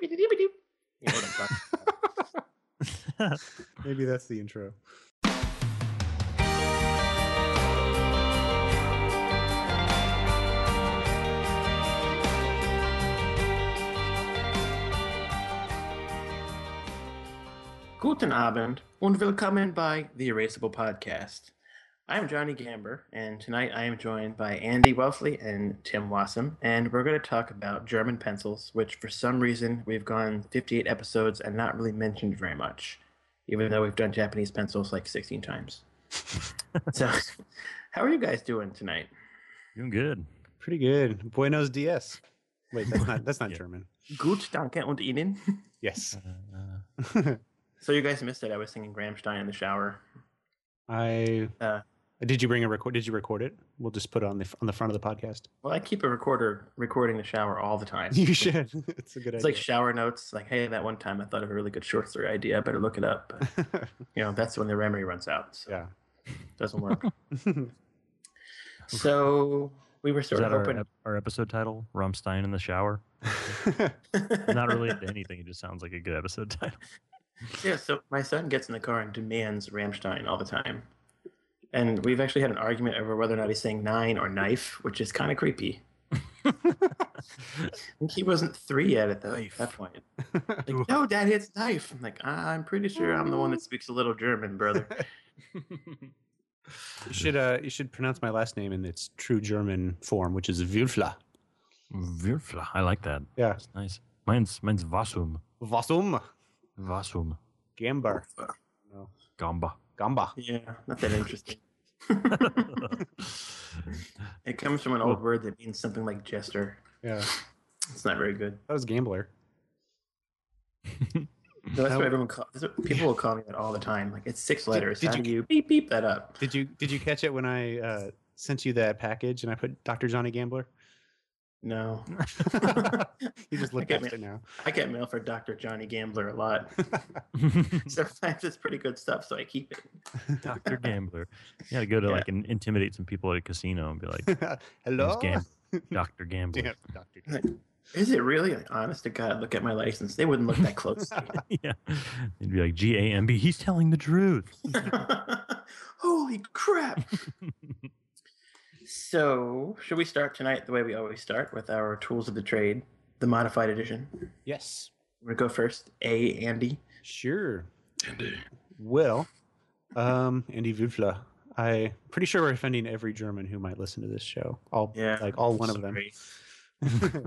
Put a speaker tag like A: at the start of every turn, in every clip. A: You know what I'm talking
B: Maybe that's the intro.
A: Guten Abend und willkommen by the Erasable Podcast. I'm Johnny Gamber, and tonight I am joined by Andy Wellesley and Tim Wassam, and we're going to talk about German pencils, which for some reason we've gone 58 episodes and not really mentioned very much, even though we've done Japanese pencils like 16 times. so, how are you guys doing tonight?
C: Doing good.
B: Pretty good. Buenos dias. Wait, that's not that's not
C: Yeah.
B: German.
A: Gut, danke und Ihnen.
B: Yes.
A: so, you guys missed it. I was singing Rammstein in the shower.
B: I
A: Uh,
B: did you bring a record did you record it? We'll just put it on the on the front of the podcast.
A: well, I keep a recorder recording the shower all the time.
B: You should. it's a good
A: It's like
B: idea.
A: shower notes. Like, hey, that one time I thought of a really good short story idea. I better look it up. But, you know, that's when the memory runs out. So
B: yeah.
A: it doesn't work. so we were
C: Is
A: sort of
C: that our,
A: hoping.
C: ep- our episode title? Rumstein in the shower. Not related to anything. It just sounds like a good episode title.
A: yeah. So my son gets in the car and demands Ramstein all the time, and we've actually had an argument over whether or not he's saying nine or knife, which is kind of creepy. I think he wasn't three yet at that, at that point. Like, no, Dad, it's knife. I'm like, I'm pretty sure I'm the one that speaks a little German, brother.
B: you should uh you should pronounce my last name in its true German form, which is Wilfla.
C: Wirfla. I like that.
B: Yeah.
C: That's nice. Mine's mine's Vasum.
A: um.
B: Wasum.
C: Vasum.
B: Gambar.
C: Gamba.
B: Gamba.
A: Yeah, not that interesting. it comes from an old word that means something like jester.
B: Yeah.
A: It's not very good.
B: That was gambler.
A: No, that's
B: How-
A: what everyone call, that's what people will call me that all the time. Like it's six letters.
B: did
A: How
B: you-
A: do you beep beep that up?
B: Did you did you catch it when I uh sent you that package and I put Dr. Johnny Gambler?
A: No,
B: You just looked
A: Okay,
B: at
A: man.
B: it now.
A: I get mail for Doctor Johnny Gambler a lot. Sometimes it's pretty good stuff, so I keep it.
C: Dr. Gambler. You gotta go to
A: Yeah.
C: like and intimidate some people at a casino and be like, "He's
B: Hello?
C: Gam- Dr. Gambler.
B: Yeah, Dr. Gambler.
A: Is it really? Like, honest to God, look at my license. They wouldn't look that close.
C: Yeah. They'd be like, G A M B, he's telling the truth.
A: Holy crap! so, should we start tonight the way we always start with our tools of the trade, the modified edition?
B: Yes,
A: We're gonna go first. A Andy.
B: sure. Well, um, Andy Wüffler, I'm pretty sure we're offending every German who might listen to this show. All
A: Yeah,
B: like all one of them.
A: Sorry.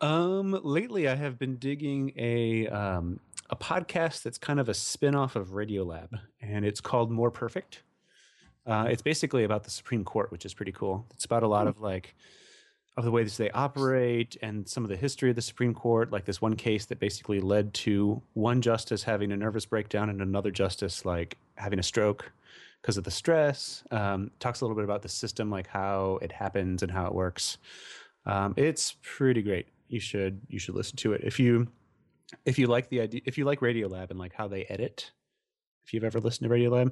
B: Um, lately I have been digging a um, a podcast that's kind of a spin-off of Radiolab, and it's called More Perfect. Uh, it's basically about the Supreme Court, which is pretty cool. It's about a lot of like of the ways they operate and some of the history of the Supreme Court, like this one case that basically led to one justice having a nervous breakdown and another justice like having a stroke because of the stress. Um, talks a little bit about the system, like how it happens and how it works. Um, it's pretty great. You should you should listen to it if you if you like the idea if you like Radiolab and like how they edit. If you've ever listened to Radiolab,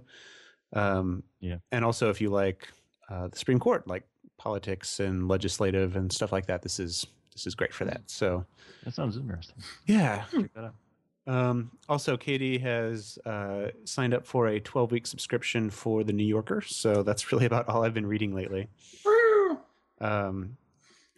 B: um,
C: Yeah.
B: and also if you like uh, the Supreme Court, like politics and legislative and stuff like that, this is this is great for that. So
C: That sounds interesting.
B: yeah,
C: Check that out.
B: um, also, Katie has uh, signed up for a 12 week subscription for The New Yorker. So that's really about all I've been reading lately. Um,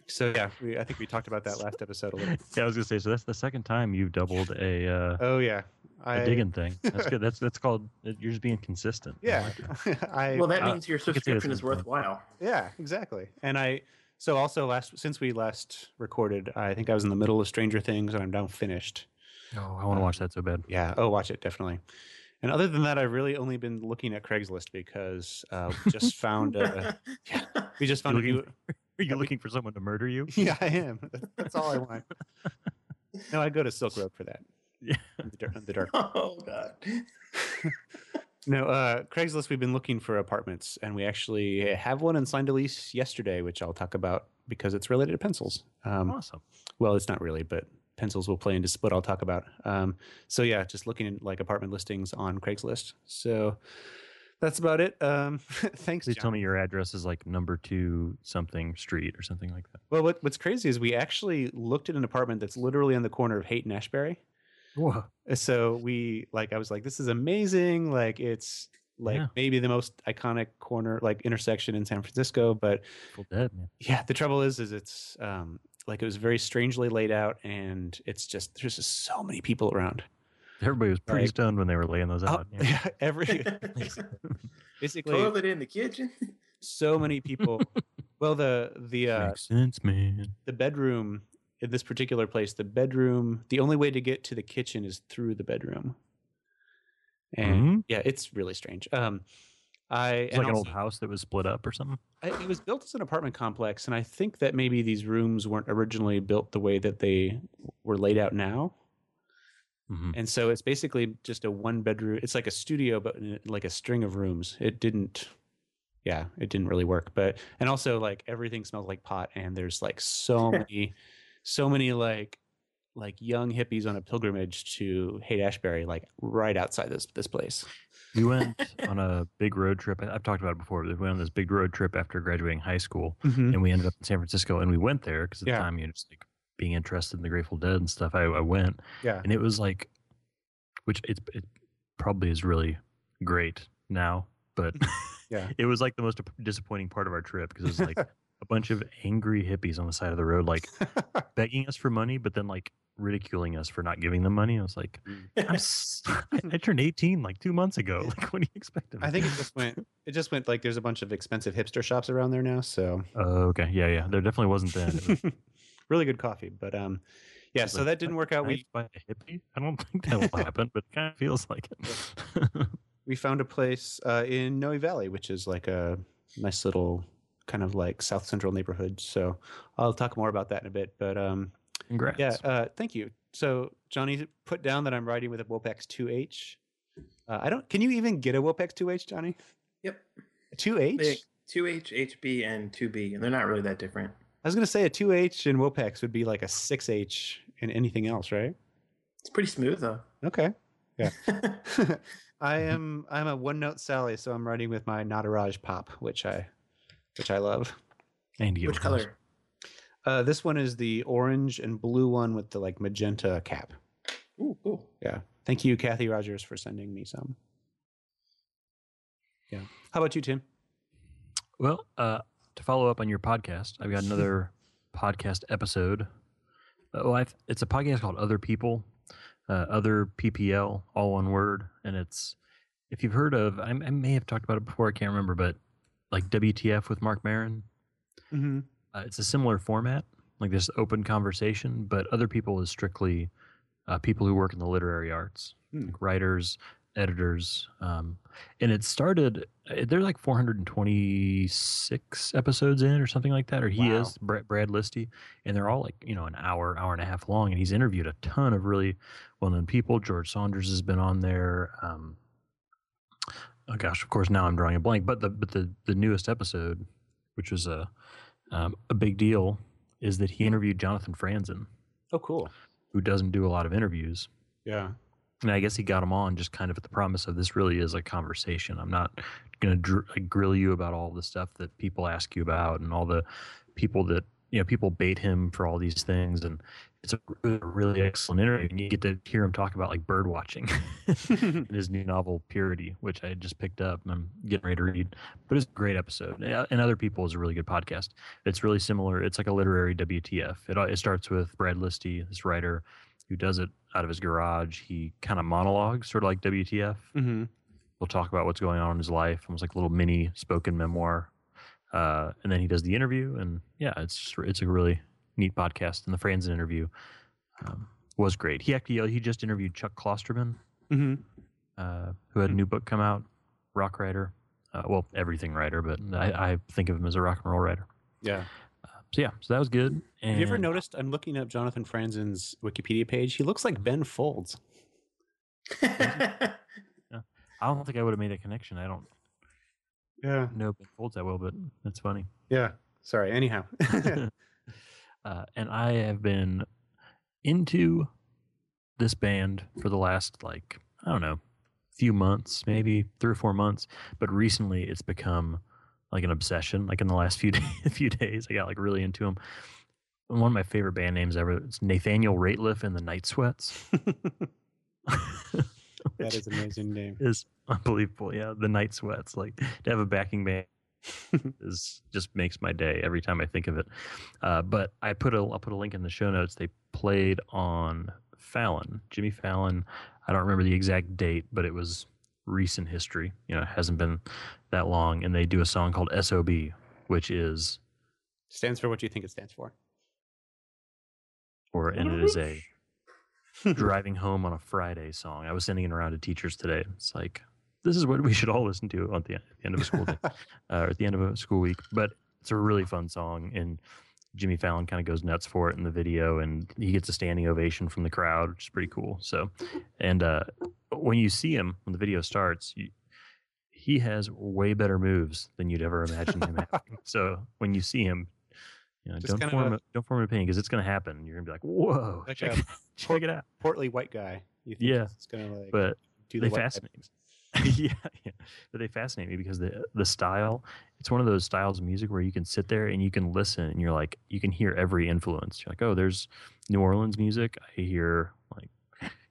B: so, yeah, we, I think we talked about that last episode a little.
C: Yeah, I was gonna say, so that's the second time you've doubled a uh
B: Oh, yeah.
C: a
B: I,
C: digging thing. That's good. That's that's called you're just being consistent. I
B: Yeah.
C: like it.
B: I,
A: Well, that
C: Uh,
A: means your
C: could say the
A: subscription is
C: same thing.
A: worthwhile.
B: yeah, exactly. And I, so also last, since we last recorded, I think I was in the middle of Stranger Things and I'm now finished.
C: Oh, I want to watch that so bad.
B: Yeah. Oh, watch it definitely. And other than that, I've really only been looking at Craigslist because uh, we just found a, we just found a
C: Looking-
B: new,
C: Are you looking for someone to murder you?
B: Yeah, I am. That- That's all I want. No, I go to Silk Road for that.
C: Yeah.
B: The dark. The dark.
A: oh God.
B: No, uh, Craigslist. We've been looking for apartments, and we actually have one and signed a lease yesterday, which I'll talk about because it's related to pencils. Um,
C: Awesome.
B: well, it's not really, but pencils will play into what I'll talk about. Um, so yeah, just looking at like apartment listings on Craigslist. So that's about it. Um, thanks,
C: Please
B: John.
C: tell me your address is like number two something street or something like that.
B: Well, what, what's crazy is we actually looked at an apartment that's literally on the corner of Haight and Ashbury.
C: Whoa.
B: So we like, I was like, this is amazing. Like, it's like
C: Yeah.
B: maybe the most iconic corner, like intersection in San Francisco. But
C: Full dead, man.
B: yeah, the trouble is, is it's um, like it was very strangely laid out, and it's just there's just so many people around.
C: Everybody was pretty
B: Right.
C: stoned when they were laying those
B: Oh,
C: out. yeah.
B: yeah, every basically
A: Toilet in the kitchen.
B: so many people. well, the the uh,
C: Makes sense, man.
B: the bedroom in this particular place, the bedroom, the only way to get to the kitchen is through the bedroom. And
C: Mhm.
B: yeah, it's really strange. Um, I
C: It's
B: and
C: like an old
B: also-
C: house that was split up or something.
B: I- it was built as an apartment complex, and I think that maybe these rooms weren't originally built the way that they were laid out now.
C: Mhm.
B: And so it's basically just a one bedroom. It's like a studio, but in- like a string of rooms. It didn't, yeah, it didn't really work. But and also like everything smells like pot, and there's like so many, so many like like young hippies on a pilgrimage to Haight Ashbury, like right outside this this place.
C: We went on a big road trip. I- I've talked about it before. But we went on this big road trip after graduating high school,
B: Mm-hmm.
C: and we ended up in San Francisco. And we went there because at
B: Yeah.
C: the time you know, just like being interested in the Grateful Dead and stuff. I, I went,
B: Yeah.
C: and it was like, which it, it probably is really great now, but
B: Yeah.
C: it was like the most disappointing part of our trip because it was like a bunch of angry hippies on the side of the road, like begging us for money, but then like ridiculing us for not giving them money. I was like,
B: Mm.
C: I'm s- I I turned 18 like two months ago. Like, what do you expect of me?
B: I think it just went. It just went like there's a bunch of expensive hipster shops around there now. So
C: Oh, okay. Yeah, yeah. There definitely wasn't then. It was
B: really good coffee, but um, yeah.
C: just
B: So
C: like,
B: that didn't
C: "What,
B: work out.
C: can I
B: We
C: buy a hippie. I don't think that will happen, but it kind of feels like it.
B: we found a place uh, in Noe Valley, which is like a nice little kind of like South Central neighborhood. So I'll talk more about that in a bit. But um,
C: Congrats.
B: yeah, uh, thank you. So Johnny put down that I'm riding with a Wopex 2H. Uh, I don't. Can you even get a Wopex 2H, Johnny?
A: Yep.
B: A 2H?
A: They- 2H, HB, and 2B, and they're not really that different.
B: I was gonna say a 2H in Wopex would be like a 6H in anything else, right?
A: It's pretty smooth though.
B: Okay. Mm-hmm.
A: I
B: I
C: Mhm.
B: am I'm a one note Sally, so I'm riding with my Nataraj pop, which I which I love.
C: Andy,
A: Which
C: Oldhouse.
A: color?
B: Uh, this one is the orange and blue one with the like magenta cap.
A: Ooh, cool.
B: Thank you, Kathy Rogers, for sending me some. Yeah. How about you, Tim?
C: Well, uh, to follow up on your podcast, I've got another podcast episode. Uh, well, I've, it's a podcast called Other People, uh, Other PPL, all one word, and it's if you've heard of, I, I may have talked about it before, I can't remember, but like WTF with Mark Marin.
B: Mm-hmm.
C: Uh, it's a similar format, like this open conversation, but other people is strictly uh, people who work in the literary arts,
B: Hmm.
C: like writers, editors, um, and it started. uh, They're like 426 episodes in, or something like that, or he
B: Wow.
C: is Brad, Brad Listy, and they're all like you know an hour, hour and a half long, and he's interviewed a ton of really well-known people. George Saunders has been on there. Um, oh gosh, of course now I'm drawing a blank. But the but the the newest episode, which was a um, a big deal, is that he interviewed Jonathan Franzen,
B: Oh, cool.
C: who doesn't do a lot of interviews.
B: Yeah.
C: And I guess he got him on just kind of at the promise of this really is a conversation. I'm not going to dr- like grill you about all the stuff that people ask you about and all the people that you know people bait him for all these things. And it's a really, really excellent interview. And you get to hear him talk about like bird watching. in his new novel Purity, which I just picked up and I'm getting ready to read. But it's a great episode, and and Other People is a really good podcast. It's really similar. It's like a literary WTF. It uh, it starts with Brad Listy, this writer who does it out of his garage. He kind of monologues, sort of like WTF.
B: hmm
C: He'll talk about what's going on in his life, almost like a little mini spoken memoir. Uh, and then he does the interview, and yeah, it's it's a really neat podcast. And the Franzen interview um, was great. He actually he just interviewed Chuck Klosterman Mm-hmm.
B: hmm
C: uh, who had a new book come out, rock writer. Uh, well, everything writer, but
B: Hmm.
C: I, I think of him as a rock and roll writer.
B: Yeah.
C: Uh, so yeah, so that was good. And
B: Have you ever noticed? I'm looking up Jonathan Franzen's Wikipedia page. He looks like Ben Folds.
C: I don't think I would have made a connection. I don't
B: Yeah.
C: know Ben Folds that well, but that's funny.
B: Yeah. Sorry. Anyhow.
C: uh, and I have been into this band for the last like I don't know few months, maybe three or four months, but recently it's become like an obsession. Like in the last few day, few days, I got like really into them. One of my favorite band names ever is Nathaniel Rateliff and the Night Sweats.
B: That is an amazing name.
C: is unbelievable. Yeah, the night sweats. Like to have a backing band is just makes my day every time I think of it. Uh, but I put a I'll put a link in the show notes. They played on Fallon, Jimmy Fallon. I don't remember the exact date, but it was recent history. You know, it hasn't been that long. And they do a song called "Sob," which is
B: Stands for what you think it stands for.
C: or and it is a driving home on a Friday song. I was sending it around to teachers today. It's like this is what we should all listen to on the, at the end of a school day uh, or at the end of a school week. But it's a really fun song, and Jimmy Fallon kind of goes nuts for it in the video, and he gets a standing ovation from the crowd, which is pretty cool. So, and uh, when you see him when the video starts, you, he has way better moves than you'd ever imagine him having. So when you see him. You know,
B: Just
C: don't
B: kind of
C: form
B: a-
C: a, don't form an opinion because it's going to happen. You're going to be like, "Whoa,
B: Like
C: check,
B: a
C: it- check it out!"
B: Portly white guy. You think
C: Yeah,
B: it's gonna like
C: But
B: do
C: they
B: the white guy
C: fascinate
B: things.
C: yeah, yeah, but they fascinate me because the the style. It's one of those styles of music where you can sit there and you can listen, and you're like, you can hear every influence. You're like, oh, there's New Orleans music. I hear like,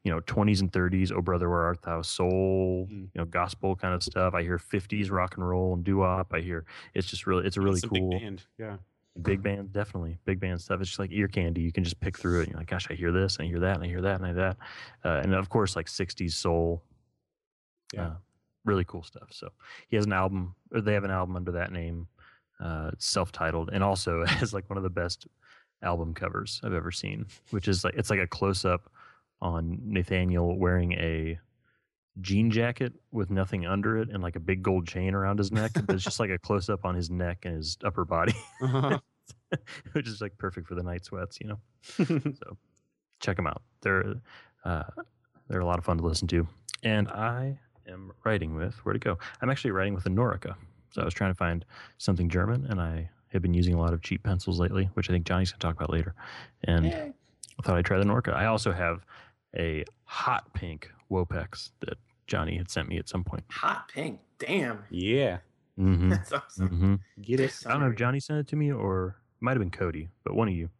C: you know, 20s and 30s, Oh Brother Where Art Thou, soul,
B: Mm.
C: you know, gospel kind of stuff. I hear 50s rock and roll and doo wop. I hear it's just really, it's a really
B: It's a
C: cool
B: Big band. Yeah.
C: big band definitely big band stuff it's just like ear candy you can just pick through it and you're like gosh i hear this and i hear that and i hear that and i hear that uh, and of course like 60s soul
B: Yeah.
C: uh, really cool stuff so he has an album or they have an album under that name uh, it's self-titled and also has like one of the best album covers i've ever seen which is like it's like a close-up on nathaniel wearing a jean jacket with nothing under it and like a big gold chain around his neck but it's just like a close-up on his neck and his upper body
B: Uh-huh.
C: which is like perfect for the night sweats, you know. so check them out. They're uh, they're a lot of fun to listen to. And I am writing with where to go. I'm actually writing with a Norica. So I was trying to find something German, and I have been using a lot of cheap pencils lately, which I think Johnny's gonna talk about later. And uh,
A: Eh,
C: I thought I'd try the Norca. I also have a hot pink Wopex that Johnny had sent me at some point.
A: hot pink. Damn.
B: yeah.
C: Mm-hmm.
A: That's awesome.
C: mm-hmm.
B: Get it.
C: I don't know if Johnny sent it to me or it might have been Cody, but one of you.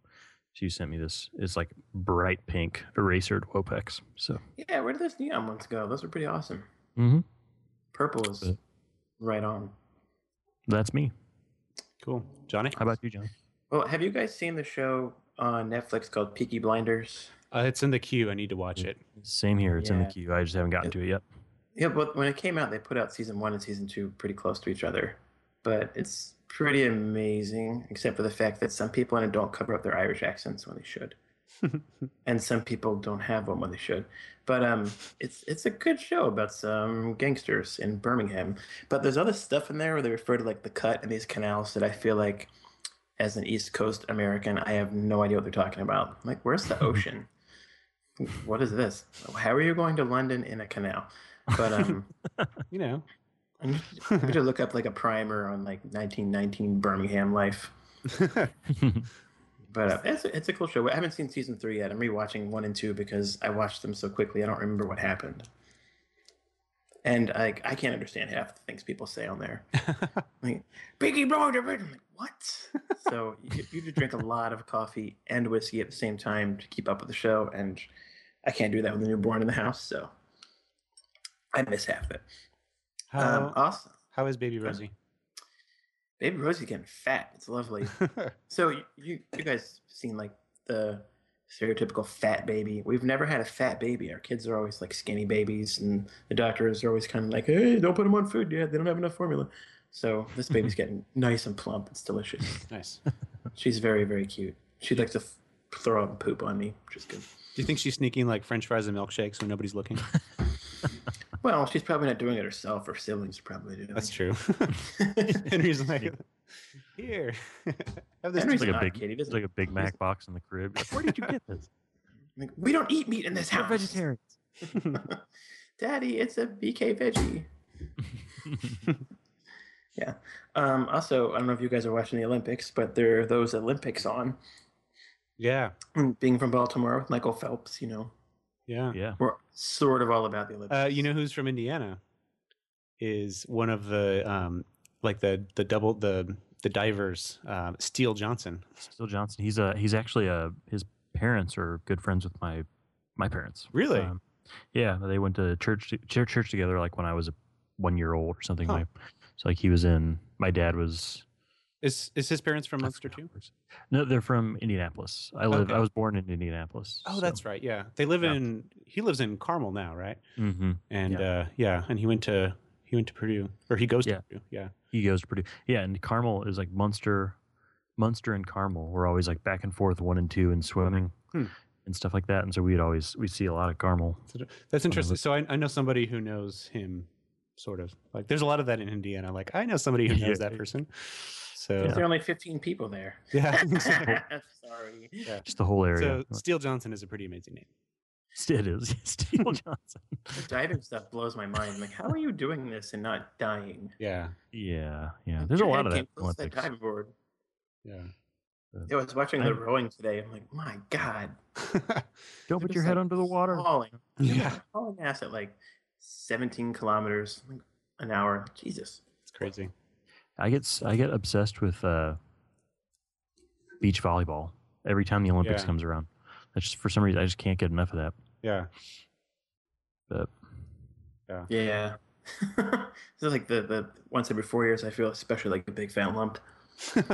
C: She sent me this. It's like bright pink erasered Wopex. So
A: Yeah, where did those neon ones go? Those are pretty awesome.
C: mm-hmm.
A: Purple is
C: Uh,
A: right on.
C: that's me.
B: Cool. Johnny?
C: How about you, John?
A: Well, have you guys seen the show on Netflix called Peaky Blinders?
B: Uh, it's in the queue. I need to watch it.
C: Same here. It's in the
A: Yeah.
C: queue. I just haven't gotten to it yet.
A: Yeah, but when it came out, they put out season one and season two pretty close to each other. But it's pretty amazing, except for the fact that some people in it don't cover up their Irish accents when they should, and some people don't have one when they should. But um, it's it's a good show about some gangsters in Birmingham. But there's other stuff in there where they refer to like the cut and these canals that I feel like, as an East Coast American, I have no idea what they're talking about. I'm like, where's the ocean? what is this? How are you going to London in a canal? But um.
B: you know.
A: I need I need to look up like a primer on like 1919 Birmingham life. But uh, it's, it's a cool show. I haven't seen season three yet. I'm rewatching one and two because I watched them so quickly. I don't remember what happened. And I, I can't understand half the things people say on there. Like, Peaky Blinders. I'm like, what? so you, you have to drink a lot of coffee and whiskey at the same time to keep up with the show. And I can't do that with a newborn in the house. So I miss half it.
B: How,
A: um, awesome.
B: how is baby Rosie?
A: Baby Rosie getting fat. It's lovely. So y- you you guys seen like the stereotypical fat baby? We've never had a fat baby. Our kids are always like skinny babies, and the doctors are always kind of like, "Hey, don't put them on food yet. They don't have enough formula." So
C: Mm-hmm.
A: this baby's getting nice and plump. It's delicious.
B: nice.
A: She's very very cute. She likes to f- throw up and poop on me, which is good.
B: Do you think she's sneaking like French fries and milkshakes when nobody's looking?
A: Well, she's probably not doing it herself. Her siblings are probably doing
B: That's
A: it.
B: true. Henry's like, here, have this.
A: Henry's
C: It's like a
A: not
C: big,
A: kid. He
C: it's
A: doesn't.
C: like a Big Mac box in the crib. Like, Where did you get this?
A: like, we don't eat meat in this
C: We're
A: house.
C: vegetarians.
A: Daddy, it's a BK veggie. yeah. Um, also, I don't know if you guys are watching the Olympics, but there are those Olympics on. mm,
B: Yeah,
A: And Being from Baltimore with Michael Phelps, you know,
B: Yeah.
C: Yeah.
A: We're sort of all about the Olympics.
B: Uh, you know who's from Indiana? Is one of the um, like the the double the the divers, um, Steele Johnson.
C: Still Johnson. He's a he's actually a his parents are good friends with my my parents. Um,
B: Really?
C: yeah, they went to church to, church church together like when I was a one year old or something.
B: Huh.
C: My so like he was in my dad was
B: Is is his parents from Munster too?
C: No, they're from Indianapolis. I live
B: Okay.
C: I was born in Indianapolis.
B: Oh, that's right. Yeah, they live
C: Yeah.
B: in. He lives in Carmel now, right?
C: hmm
B: And
C: Yeah.
B: uh, yeah, and he went to he went to Purdue, or he goes
C: Yeah.
B: to Purdue. Yeah.
C: he goes to Purdue. Yeah, and Carmel is like Munster, Munster and Carmel were always like back and forth, one and two in swimming
B: Hmm.
C: and stuff like that. And so we'd always we see a lot of Carmel.
B: That's interesting. So I, I know somebody who knows him, sort of. Like, there's a lot of that in Indiana. Like, I know somebody who
C: Yeah.
B: knows that person. So
A: There are only 15 people there.
B: yeah.
A: Sorry.
B: Yeah.
C: Just the whole area.
B: so Steele Johnson is a pretty amazing name.
C: it is Steel
B: Hmm.
C: Johnson.
A: The diving stuff blows my mind. Like, how are you doing this and not dying?
B: Yeah.
C: Yeah, yeah.
A: Like,
C: There's a
A: your head
C: lot of that. in
A: came close to
C: Olympics.
A: diving board.
B: Yeah.
A: I was watching
C: I-
A: the rowing today. I'm like, my God.
C: Don't
A: They're
C: put your
A: just,
C: head
A: like,
C: under the water.
B: Oh.
A: Falling.
B: yeah.
A: Hauling ass at like 17 kilometers an hour. Jesus.
B: It's crazy.
C: I get s- I get obsessed with uh, beach volleyball every time the Olympics
B: Yeah.
C: comes around. That's just for some reason I just can't get enough of that.
B: Yeah.
C: But
A: Yeah. so like the, the once every four years, I feel especially like a big fat lump. I'm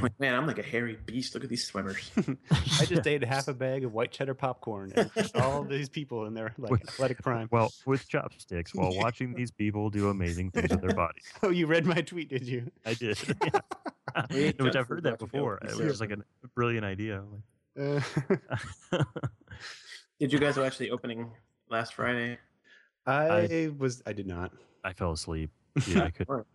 A: like, man, I'm like a hairy beast. Look at these swimmers.
B: I just ate half a bag of white cheddar popcorn and watched all these people in their like
C: With-
B: athletic prime.
C: well with chopsticks while watching these people do amazing things with their bodies.
B: Oh, you read my tweet, did you?
C: I did,
A: We ate
C: which
A: junk
C: I've
A: food
C: heard that
A: watching the
C: before. It
A: Olympics.
C: was just like a brilliant idea.
B: Uh,
C: Like,
A: Did you guys watch the opening last Friday?
B: I, was. I did not.
C: I fell asleep. Yeah, I could.
A: Sure.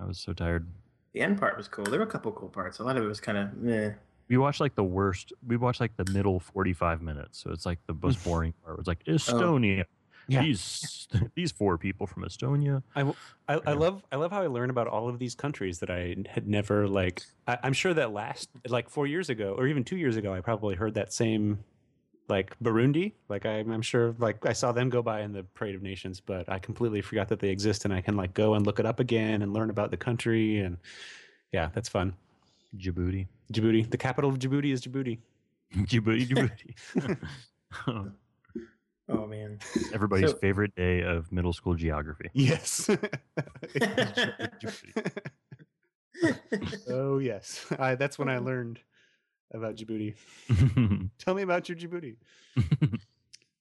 C: I was so tired.
A: The end part was cool. There were a couple cool parts. A lot of it was kind of meh.
C: We watched like the worst. We watched like the middle forty-five minutes, so it's like the most boring part. It's like Estonia.
B: Yeah.
C: These these four people from Estonia.
B: I, I
C: Yeah.
B: love. I love how I learn about all of these countries that I had never like. I, I'm sure that last like four years ago, or even two years ago, I probably heard that same like Burundi. Like I'm, I'm sure like I saw them go by in the Parade of Nations, but I completely forgot that they exist, and I can like go and look it up again and learn about the country. And yeah, that's fun.
C: Djibouti.
B: Djibouti. The capital of Djibouti is Djibouti.
C: Djibouti. Djibouti.
A: Oh man.
C: Everybody's
A: So-
C: favorite day of middle school geography.
B: Yes.
C: Djibouti.
B: oh yes, I, that's when I learned about Djibouti. Tell me about your Djibouti.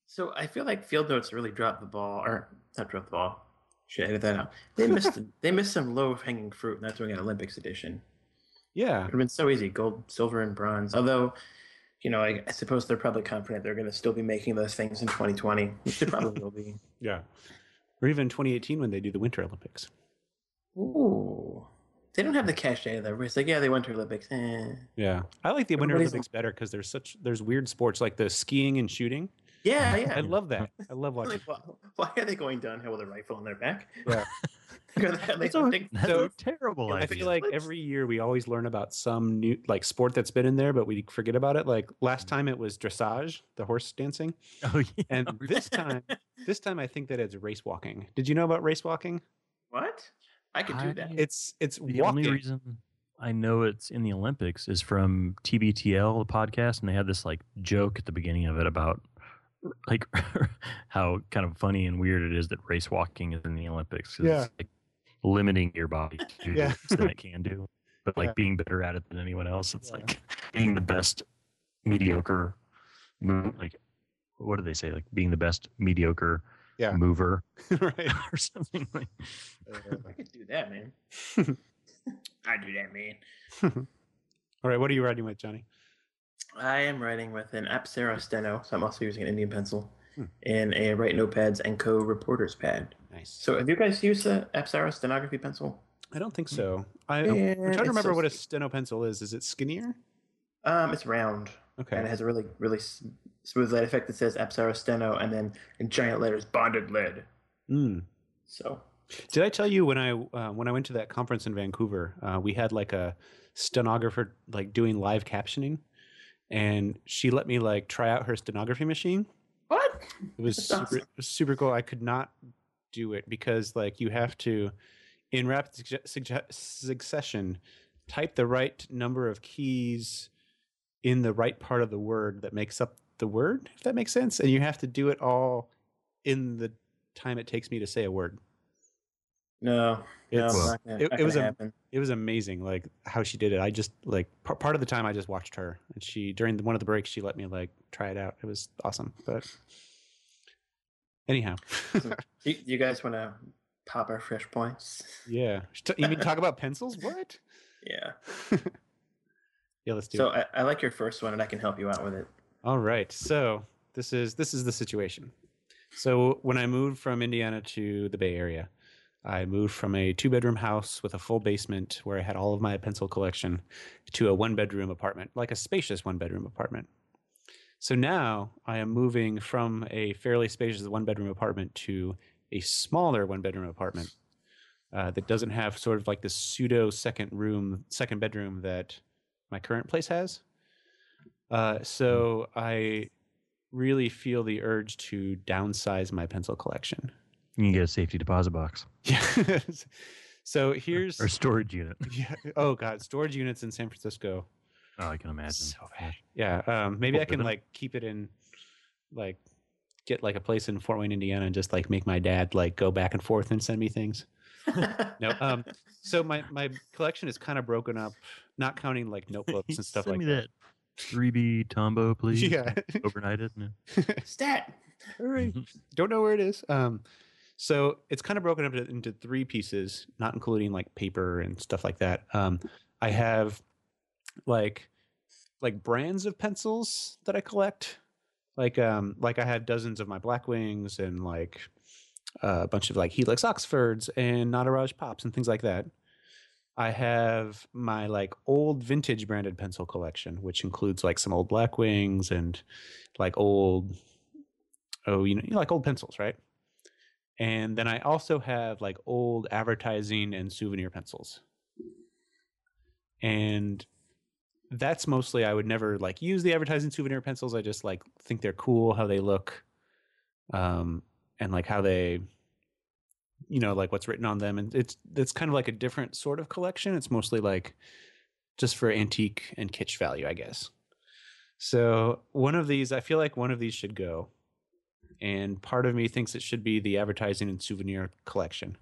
A: So I feel like field notes really dropped the ball, or not dropped the ball. Should edit that out. They missed they missed some low hanging fruit, and that's doing an Olympics edition. It
B: Yeah.
A: would have been so easy, gold, silver, and bronze. Although, you know, I, I suppose they're probably confident they're going to still be making those things in 2020, which they probably will be.
B: Yeah. Or even 2018 when they do the Winter Olympics.
A: Ooh, they don't have the cachet though. It's like, yeah, they went to Olympics. Eh.
B: Yeah. I like the Winter
A: Everybody's-
B: Olympics better because there's such there's weird sports like the skiing and shooting.
A: Yeah, yeah.
B: I love that. I love watching.
A: Like, why, why are they going downhill with a rifle on their back?
B: Yeah.
C: That's a, that's
B: So-
C: a terrible
B: I
C: idea.
B: feel like
A: Let's-
B: every year we always learn about some new like sport that's been in there, but we forget about it. Like last time it was dressage, the horse dancing,
C: oh, yeah.
B: and this time, this time I think that it's race walking. Did you know about race walking?
A: what? I could do that.
C: I-
B: It's it's
C: the
B: walking.
C: only reason I know it's in the Olympics is from TBTL, the podcast, and they had this like joke at the beginning of it about like how kind of funny and weird it is that race walking is in the Olympics. 'cause
B: Yeah.
C: It's like limiting your body to
B: Yeah.
C: yeah. that it can do, but like
B: Yeah.
C: being better at it than anyone else. It's
B: Yeah.
C: like being the best mediocre, move, like what do they say? Like being the best mediocre
B: Yeah.
C: mover
B: right.
C: or something like.
B: Uh,
A: I could do that, man. I do that, man.
B: All right, what are you riding with, Johnny?
A: I am writing with an Apsara Steno, so I'm also using an Indian pencil,
B: Hmm.
A: and a Write Notepads and Co. Reporters Pad.
B: Nice.
A: So, have you guys used the Apsara stenography pencil?
B: I don't think so. I, I'm
A: Yeah,
B: trying to
A: it's
B: remember
A: so
B: what a
A: sweet.
B: steno pencil is. Is it skinnier?
A: Um, it's round and it
B: Okay.
A: has a really, really s- smooth lead effect that says Apsara Steno, and then in giant letters, bonded lead.
B: Mm.
A: So,
B: Did I tell you when I uh, when I went to that conference in Vancouver, uh, we had like a stenographer like doing live captioning, and she let me like try out her stenography machine.
A: what?
B: It was
A: That's
B: super,
A: awesome.
B: it was super cool. I could not do it because like you have to in rapid suge- suge- succession type the right number of keys in the right part of the word that makes up the word, if that makes sense. And you have to do it all in the time it takes me to say a word.
A: No, no,
B: It's-
A: it's not gonna,
B: it-
A: not
B: it was
A: gonna
B: a-
A: happen.
B: it was amazing like how she did it i just like par- part of the time i just watched her and she during the, one of the breaks she let me like try it out it was awesome but anyhow
A: You, you guys want to pop our fresh points?
B: yeah Sh- t- you mean talk about pencils what
A: Yeah.
B: yeah let's do
A: So
B: it
A: I, I like your first one, and I can help you out with it.
B: all right so this is this is the situation so when i moved from indiana to the bay area i moved from a two bedroom house with a full basement where i had all of my pencil collection to a one bedroom apartment like a spacious one bedroom apartment So now I am moving from a fairly spacious one bedroom apartment to a smaller one bedroom apartment uh, that doesn't have sort of like the pseudo second room, second bedroom that my current place has. Uh, so I really feel the urge to downsize my pencil collection.
C: You can get a safety deposit box
B: Yeah. so here's.
C: or storage unit.
B: Yeah. Oh God, storage units in San Francisco.
C: Oh, I can imagine.
B: So bad. Yeah. Um, maybe I
C: Open
B: can
C: it.
B: like keep it in, like, get like a place in Fort Wayne, Indiana, and just like make my dad like go back and forth and send me things. No. Um. so my my collection is kind of broken up, not counting like notebooks and stuff
C: Send
B: like
C: me that. 3B Tombo, please.
B: Yeah.
C: Overnight it. Mm-hmm.
A: Stat.
B: Hurry. Don't know where it is. Um. So it's kind of broken up into- into three pieces, not including like paper and stuff like that. Um. I have like like brands of pencils that I collect. Like um like I have dozens of my Black Wings and like uh, a bunch of like Helix Oxfords and Nataraj Pops and things like that. I have my like old vintage branded pencil collection, which includes like some old Black Wings and like old oh you know you know, like old pencils, right? And then I also have like old advertising and souvenir pencils. And that's mostly I would never like use the advertising souvenir pencils. I just like think they're cool how they look, um, and like how they, you know, like what's written on them. And it's it's kind of like a different sort of collection. It's mostly like just for antique and kitsch value, I guess. So one of these, I feel like one of these should go, and part of me thinks it should be the advertising and souvenir collection,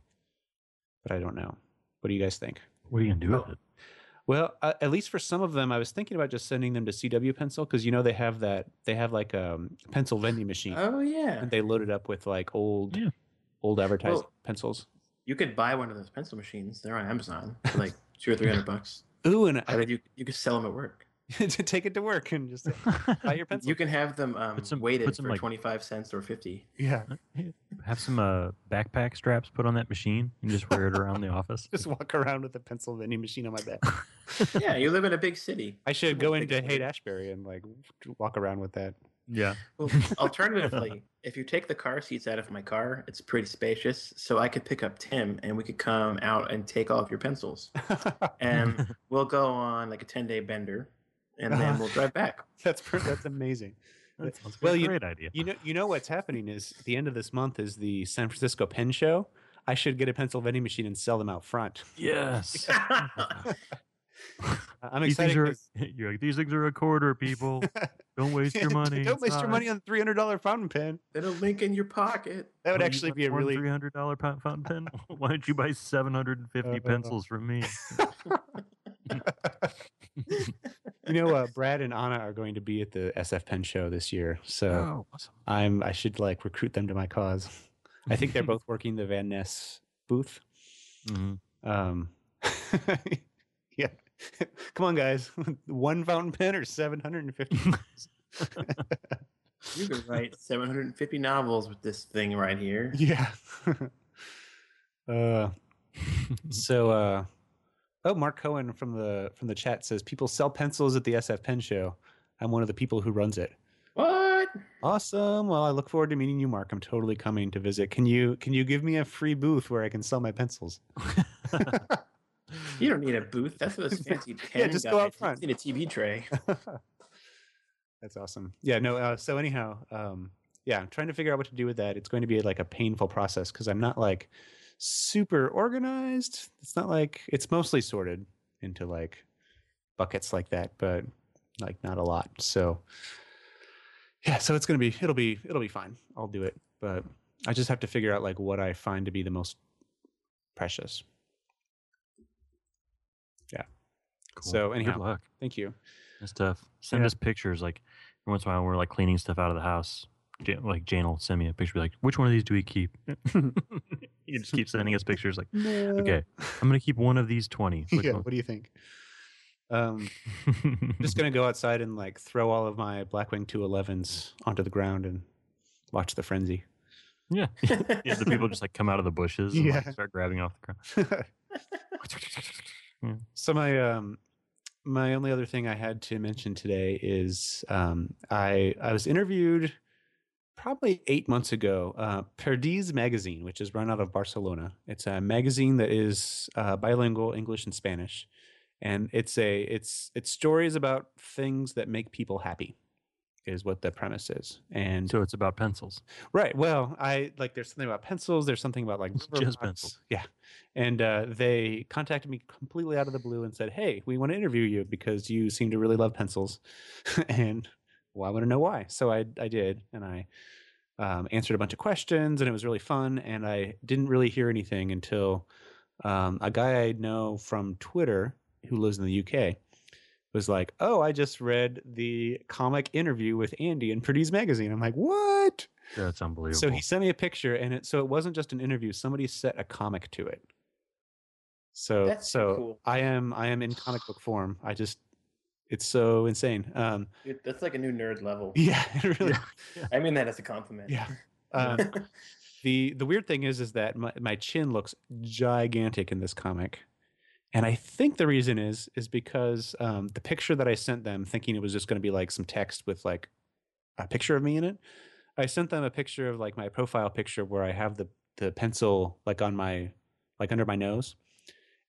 B: but I don't know. What do you guys think?
C: What are you going to do with
A: Oh.
C: it?
B: Well, uh, at least for some of them, I was thinking about just sending them to CW Pencil because you know they have that they have like a um, pencil vending machine
A: Oh yeah.
B: and they load it up with like old
C: Yeah.
B: old advertising
A: Well-
B: pencils.
A: You could buy one of those pencil machines. They're on Amazon, for like two or three hundred bucks.
B: Ooh, and
A: I
B: I,
A: bet you you could sell them at work.
B: to take it to work and just buy your pencil.
A: You can have them um,
C: Put some-
A: weighted
C: put some,
A: for
C: like-
A: twenty five cents or fifty.
B: yeah,
C: Have some uh, backpack straps put on that machine and just wear it around the office.
B: just walk around with a pencil vending machine on my back.
A: yeah, you live in a big city.
B: I
A: Someone
B: should go into
A: picked it.
B: Haight Ashbury and like walk around with that.
C: Yeah.
A: Well, alternatively, if you take the car seats out of my car, it's pretty spacious. So I could pick up Tim and we could come out and take all of your pencils. And we'll go on like a 10 day bender and then
B: Uh-huh.
A: we'll drive back.
B: that's per- that's amazing.
C: That sounds like
B: Well,
C: a
B: you-
C: great idea.
B: You know, you know what's happening is at the end of this month is the San Francisco Pen Show. I should get a pencil vending machine and sell them out front.
C: yes.
B: I- I'm
C: These
B: excited.
C: things, are,
B: 'cause-
C: you're like, These things are a quarter, people. Don't waste your money.
B: Don't waste your money
C: on
B: on three hundred dollar fountain pen.
A: Then a link in your pocket.
B: That would actually be a really
C: three hundred dollar fountain pen. Why don't you buy seven hundred and fifty
B: Uh,
C: pencils from me?
B: you know uh, Brad and Anna are going to be at the SF Pen Show this year, so
C: awesome.
B: I'm I should like recruit them to my cause. I think they're both working the Van Ness booth.
C: Mhm.
B: Um, yeah, come on guys, one fountain pen or seven hundred and fifty.
A: You could write 750 novels with this thing right here.
B: Yeah. uh, so, uh, oh, Mark Cohen from the from the chat says people sell pencils at the SF Pen Show. I'm one of the people who runs it.
A: What?
B: Awesome. Well, I look forward to meeting you, Mark. I'm totally coming to visit. Can you can you give me a free booth where I can sell my pencils?
A: You don't need a booth. That's what those fancy pen
B: just go
A: guys.
B: out
A: You
B: front.
A: need a TV tray.
B: That's awesome. Yeah, no, uh, so anyhow, um yeah, I'm trying to figure out what to do with that. It's going to be like a painful process because I'm not like super organized. It's not like it's mostly sorted into like buckets like that, but like not a lot. So yeah, so it's gonna be it'll be it'll be fine. I'll do it, but I just have to figure out like what I find to be the most precious.
C: Cool.
B: So anyhow.
C: good luck.
B: Thank you.
C: That's tough. Send
B: Yeah.
C: us pictures. Like every once in a while, when we're like cleaning stuff out of the house. Ja- Like Jane will send me a picture. Be like, which one of these do we keep? you just keep sending us pictures. Like, okay, I'm gonna keep one of these twenty. Which
B: yeah.
C: one?
B: What do you think? Um, I'm just gonna go outside and like throw all of my Blackwing 211s onto the ground and watch the frenzy.
C: yeah. yeah. The people just like come out of the bushes and like,
B: Yeah.
C: start grabbing off the ground.
B: Hmm. so my um my only other thing I had to mention today is um I I was interviewed probably eight months ago uh Perdiz magazine which is run out of Barcelona it's a magazine that is uh, bilingual English and Spanish and it's a it's it's stories about things that make people happy is what the premise is and
C: so it's about pencils.
B: Right. Well, I like there's something about pencils. There's something about like river rocks.
C: Just pencils.
B: Yeah. And uh, they contacted me completely out of the blue and said, "Hey, we want to interview you because you seem to really love pencils, and well, I want to know why." So I I did, and I um, answered a bunch of questions, and it was really fun. And I didn't really hear anything until um, a guy I know from Twitter who lives in the UK was like, "Oh, I just read the comic interview with Andy in Purdy's magazine." I'm like, "What?"
C: That's unbelievable.
B: So he sent me a picture, and it so it wasn't just an interview. Somebody set a comic to it. So
A: That's
B: so
A: cool.
B: I am I am in comic book form. I just it's so insane. Um,
A: Dude, that's like a new nerd level.
B: yeah, it really.
A: I mean that as a compliment.
B: Yeah.
C: Uh,
B: Um, the the weird thing is is that my, my chin looks gigantic in this comic, and I think the reason is is because um, the picture that I sent them, thinking it was just going to be like some text with like a picture of me in it, I sent them a picture of like my profile picture where I have the the pencil like on my like under my nose.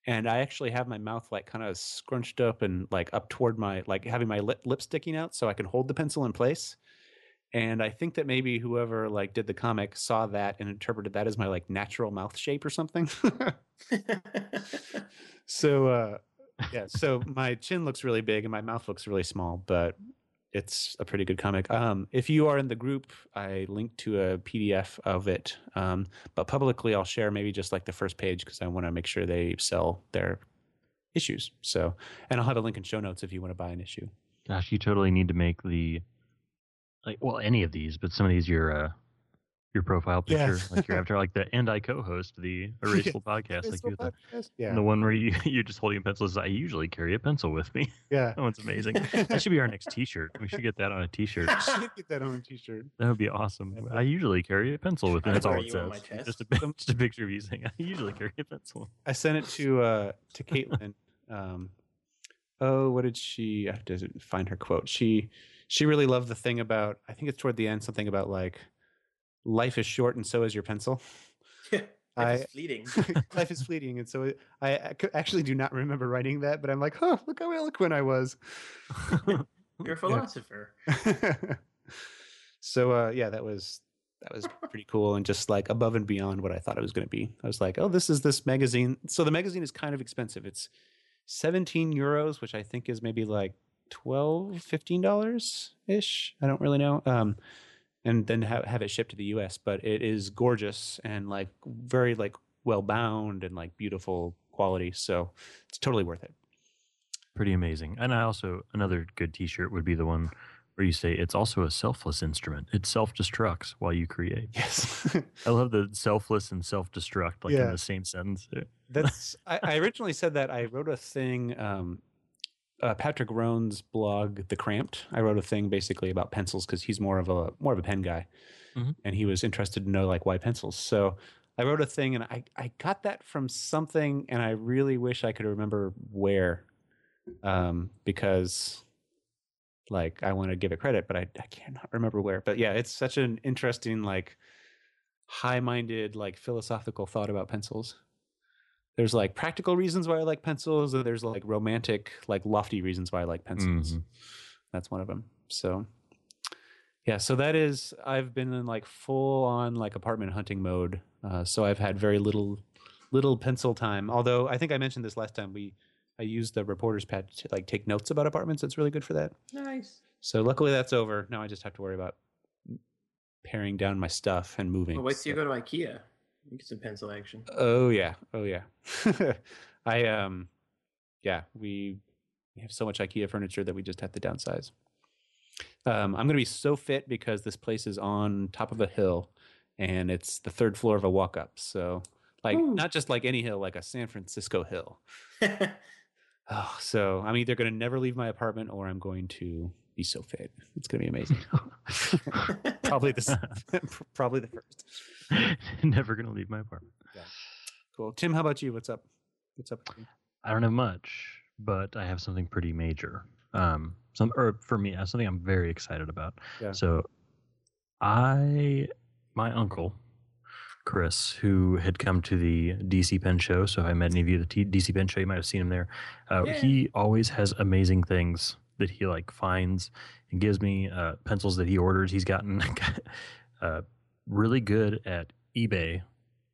B: And I actually have my mouth like kind of scrunched up and like up toward my like having my lip, lip sticking out so I can hold the pencil in place. And I think that maybe whoever like did the comic saw that and interpreted that as my like natural mouth shape or something. so uh yeah, so my chin looks really big and my mouth looks really small, but it's a pretty good comic. Um if you are in the group, I linked to a PDF of it. Um but publicly I'll share maybe just like the first page cuz I want to make sure they sell their issues. So, and I'll have a link in show notes if you want to buy an issue.
C: Gosh, you totally need to make the like well any of these, but some of these your uh your profile
B: Yeah.
C: picture, like your avatar, like the and I co-host the
B: Yeah.
C: Erasable podcast, like you with the,
B: yeah.
C: the one where you you're just holding a pencil. Says, I usually carry a pencil with me.
B: yeah.
C: that one's amazing. that should be our next T-shirt. We should get that on a T-shirt.
B: should get that on a t-shirt.
C: That would be awesome.
B: That'd
C: I usually carry a pencil with me.
A: I'd
C: That's all
A: wear
C: it
A: you on
C: says.
A: my chest.
C: Just a, just a picture of you saying, "I usually carry a pencil."
B: I sent it to uh to Caitlin. um oh what did she I have to find her quote. She she really loved the thing about I think it's toward the end, something about like life is short and so is your pencil. I-
A: It's fleeting.
B: life is fleeting and so it, I, I c- actually do not remember writing that but i'm like huh look how eloquent i was
A: You're a philosopher.
B: so uh yeah that was that was pretty cool and just like above and beyond what i thought it was going to be i was like oh this is this magazine so the magazine is kind of expensive it's 17 euros which i think is maybe like 12 15 dollars ish i don't really know um and then ha- have it shipped to the us but it is gorgeous and like very like well bound and like beautiful quality so it's totally worth it
C: Pretty amazing. And I also another good T-shirt would be the one where you say, "It's also a selfless instrument. It self-destructs while you create."
B: yes
C: I love the selfless and self-destruct like
B: Yeah.
C: in the same sentence.
B: That's I, I originally said that I wrote a thing. Um, uh, Patrick Roan's blog, The Cramped. I wrote a thing basically about pencils because he's more of a more of a pen guy,
C: Mhm.
B: and he was interested to know like why pencils. So I wrote a thing, and I I got that from something, and I really wish I could remember where, um, because like I want to give it credit, but I I cannot remember where. But yeah, it's such an interesting like high-minded like philosophical thought about pencils there's like practical reasons why I like pencils, and there's like romantic, like lofty reasons why I like pencils.
C: Mhm.
B: That's one of them. So, Yeah, so that is I've been in like full on like apartment hunting mode. Uh, so I've had very little little pencil time. Although I think I mentioned this last time we I used the reporter's pad to like take notes about apartments. It's really good for that.
A: Nice.
B: So luckily that's over. Now I just have to worry about paring down my stuff and moving.
A: Well, wait till you
B: So-
A: go to IKEA. You get some pencil action.
B: Oh yeah. Oh yeah. I um yeah, we we have so much IKEA furniture that we just have to downsize. Um I'm going to be so fit because this place is on top of a hill and it's the third floor of a walk up. So like
A: Ooh.
B: not just like any hill, like a San Francisco hill.
C: Uh,
B: Oh, so I'm either going to never leave my apartment or I'm going to be so fit. It's going to be amazing. probably this probably the first.
C: Never gonna leave my apartment.
B: Cool. Tim, how about you? What's up? What's up? with you?
C: I don't have much, but I have something pretty major. Um, some or for me, uh, something I'm very excited about.
B: Yeah.
C: So, I, my uncle, Chris, who had come to the DC Pen Show. So, if I met any of you at the T- DC Pen Show, you might have seen him there. Uh,
A: Yeah.
C: He always has amazing things that he like finds and gives me uh, pencils that he orders. He's gotten uh, really good at eBay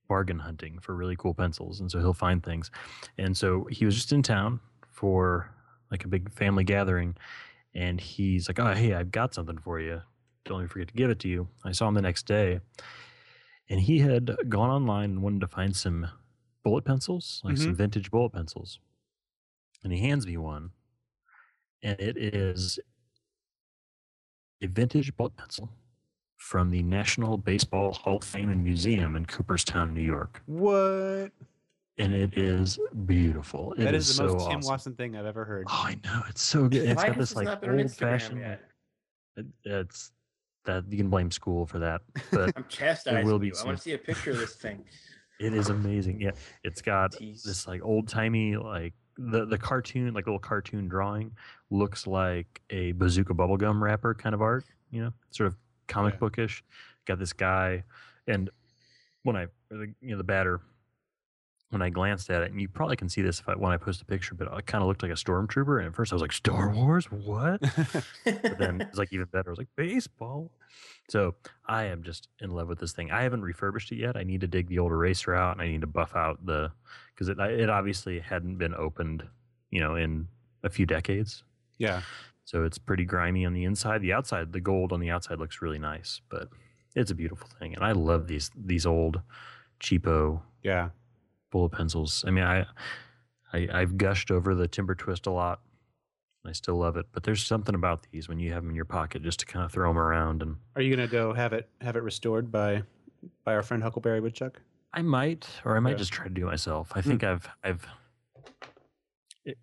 C: bargain hunting for really cool pencils, and so he'll find things. And so he was just in town for like a big family gathering, and he's like, "Oh, hey, I've got something for you. Don't even forget to give it to you." I saw him the next day, and he had gone online and wanted to find some bullet pencils, like
B: Mm-hmm.
C: some vintage bullet pencils. And he hands me one, and it is a vintage bullet pencil from the National Baseball Hall of Fame and Museum in Cooperstown, New York.
B: What?
C: And it is beautiful. It
B: that is, the
C: so
B: most Tim
C: awesome.
B: Watson thing I've ever heard.
C: Oh, I know. It's so good. It's
A: Why has
C: got this
A: this
C: like
A: not been on
C: old
A: Instagram
C: fashioned.
A: yet?
C: It's that you can blame school for that, but
A: I'm chastising
C: will be
A: you. I
C: soon.
A: want to see a picture of this thing.
C: it is amazing. Yeah, it's got
A: Tease.
C: this like old timey like the the cartoon like little cartoon drawing looks like a bazooka bubblegum wrapper kind of art you know sort of comic
B: Yeah.
C: bookish got this guy and when i or the, you know the batter when i glanced at it and you probably can see this if I, when i post a picture but it kind of looked like a stormtrooper and at first i was like star wars what but then it's like even better. I was like baseball. So I am just in love with this thing. I haven't refurbished it yet. I need to dig the old eraser out, and I need to buff out the because it it obviously hadn't been opened, you know, in a few decades.
B: yeah.
C: So it's pretty grimy on the inside. The outside, the gold on the outside looks really nice, but it's a beautiful thing, and I love these these old cheapo
B: Yeah.
C: bullet pencils. I mean, I, I I've gushed over the Timber Twist a lot. I still love it, but there's something about these when you have them in your pocket just to kind of throw them around. And
B: Are you gonna go have it have it restored by by our friend Huckleberry Woodchuck?
C: I might, or I might
B: Yeah.
C: just try to do it myself. I think I've I've it-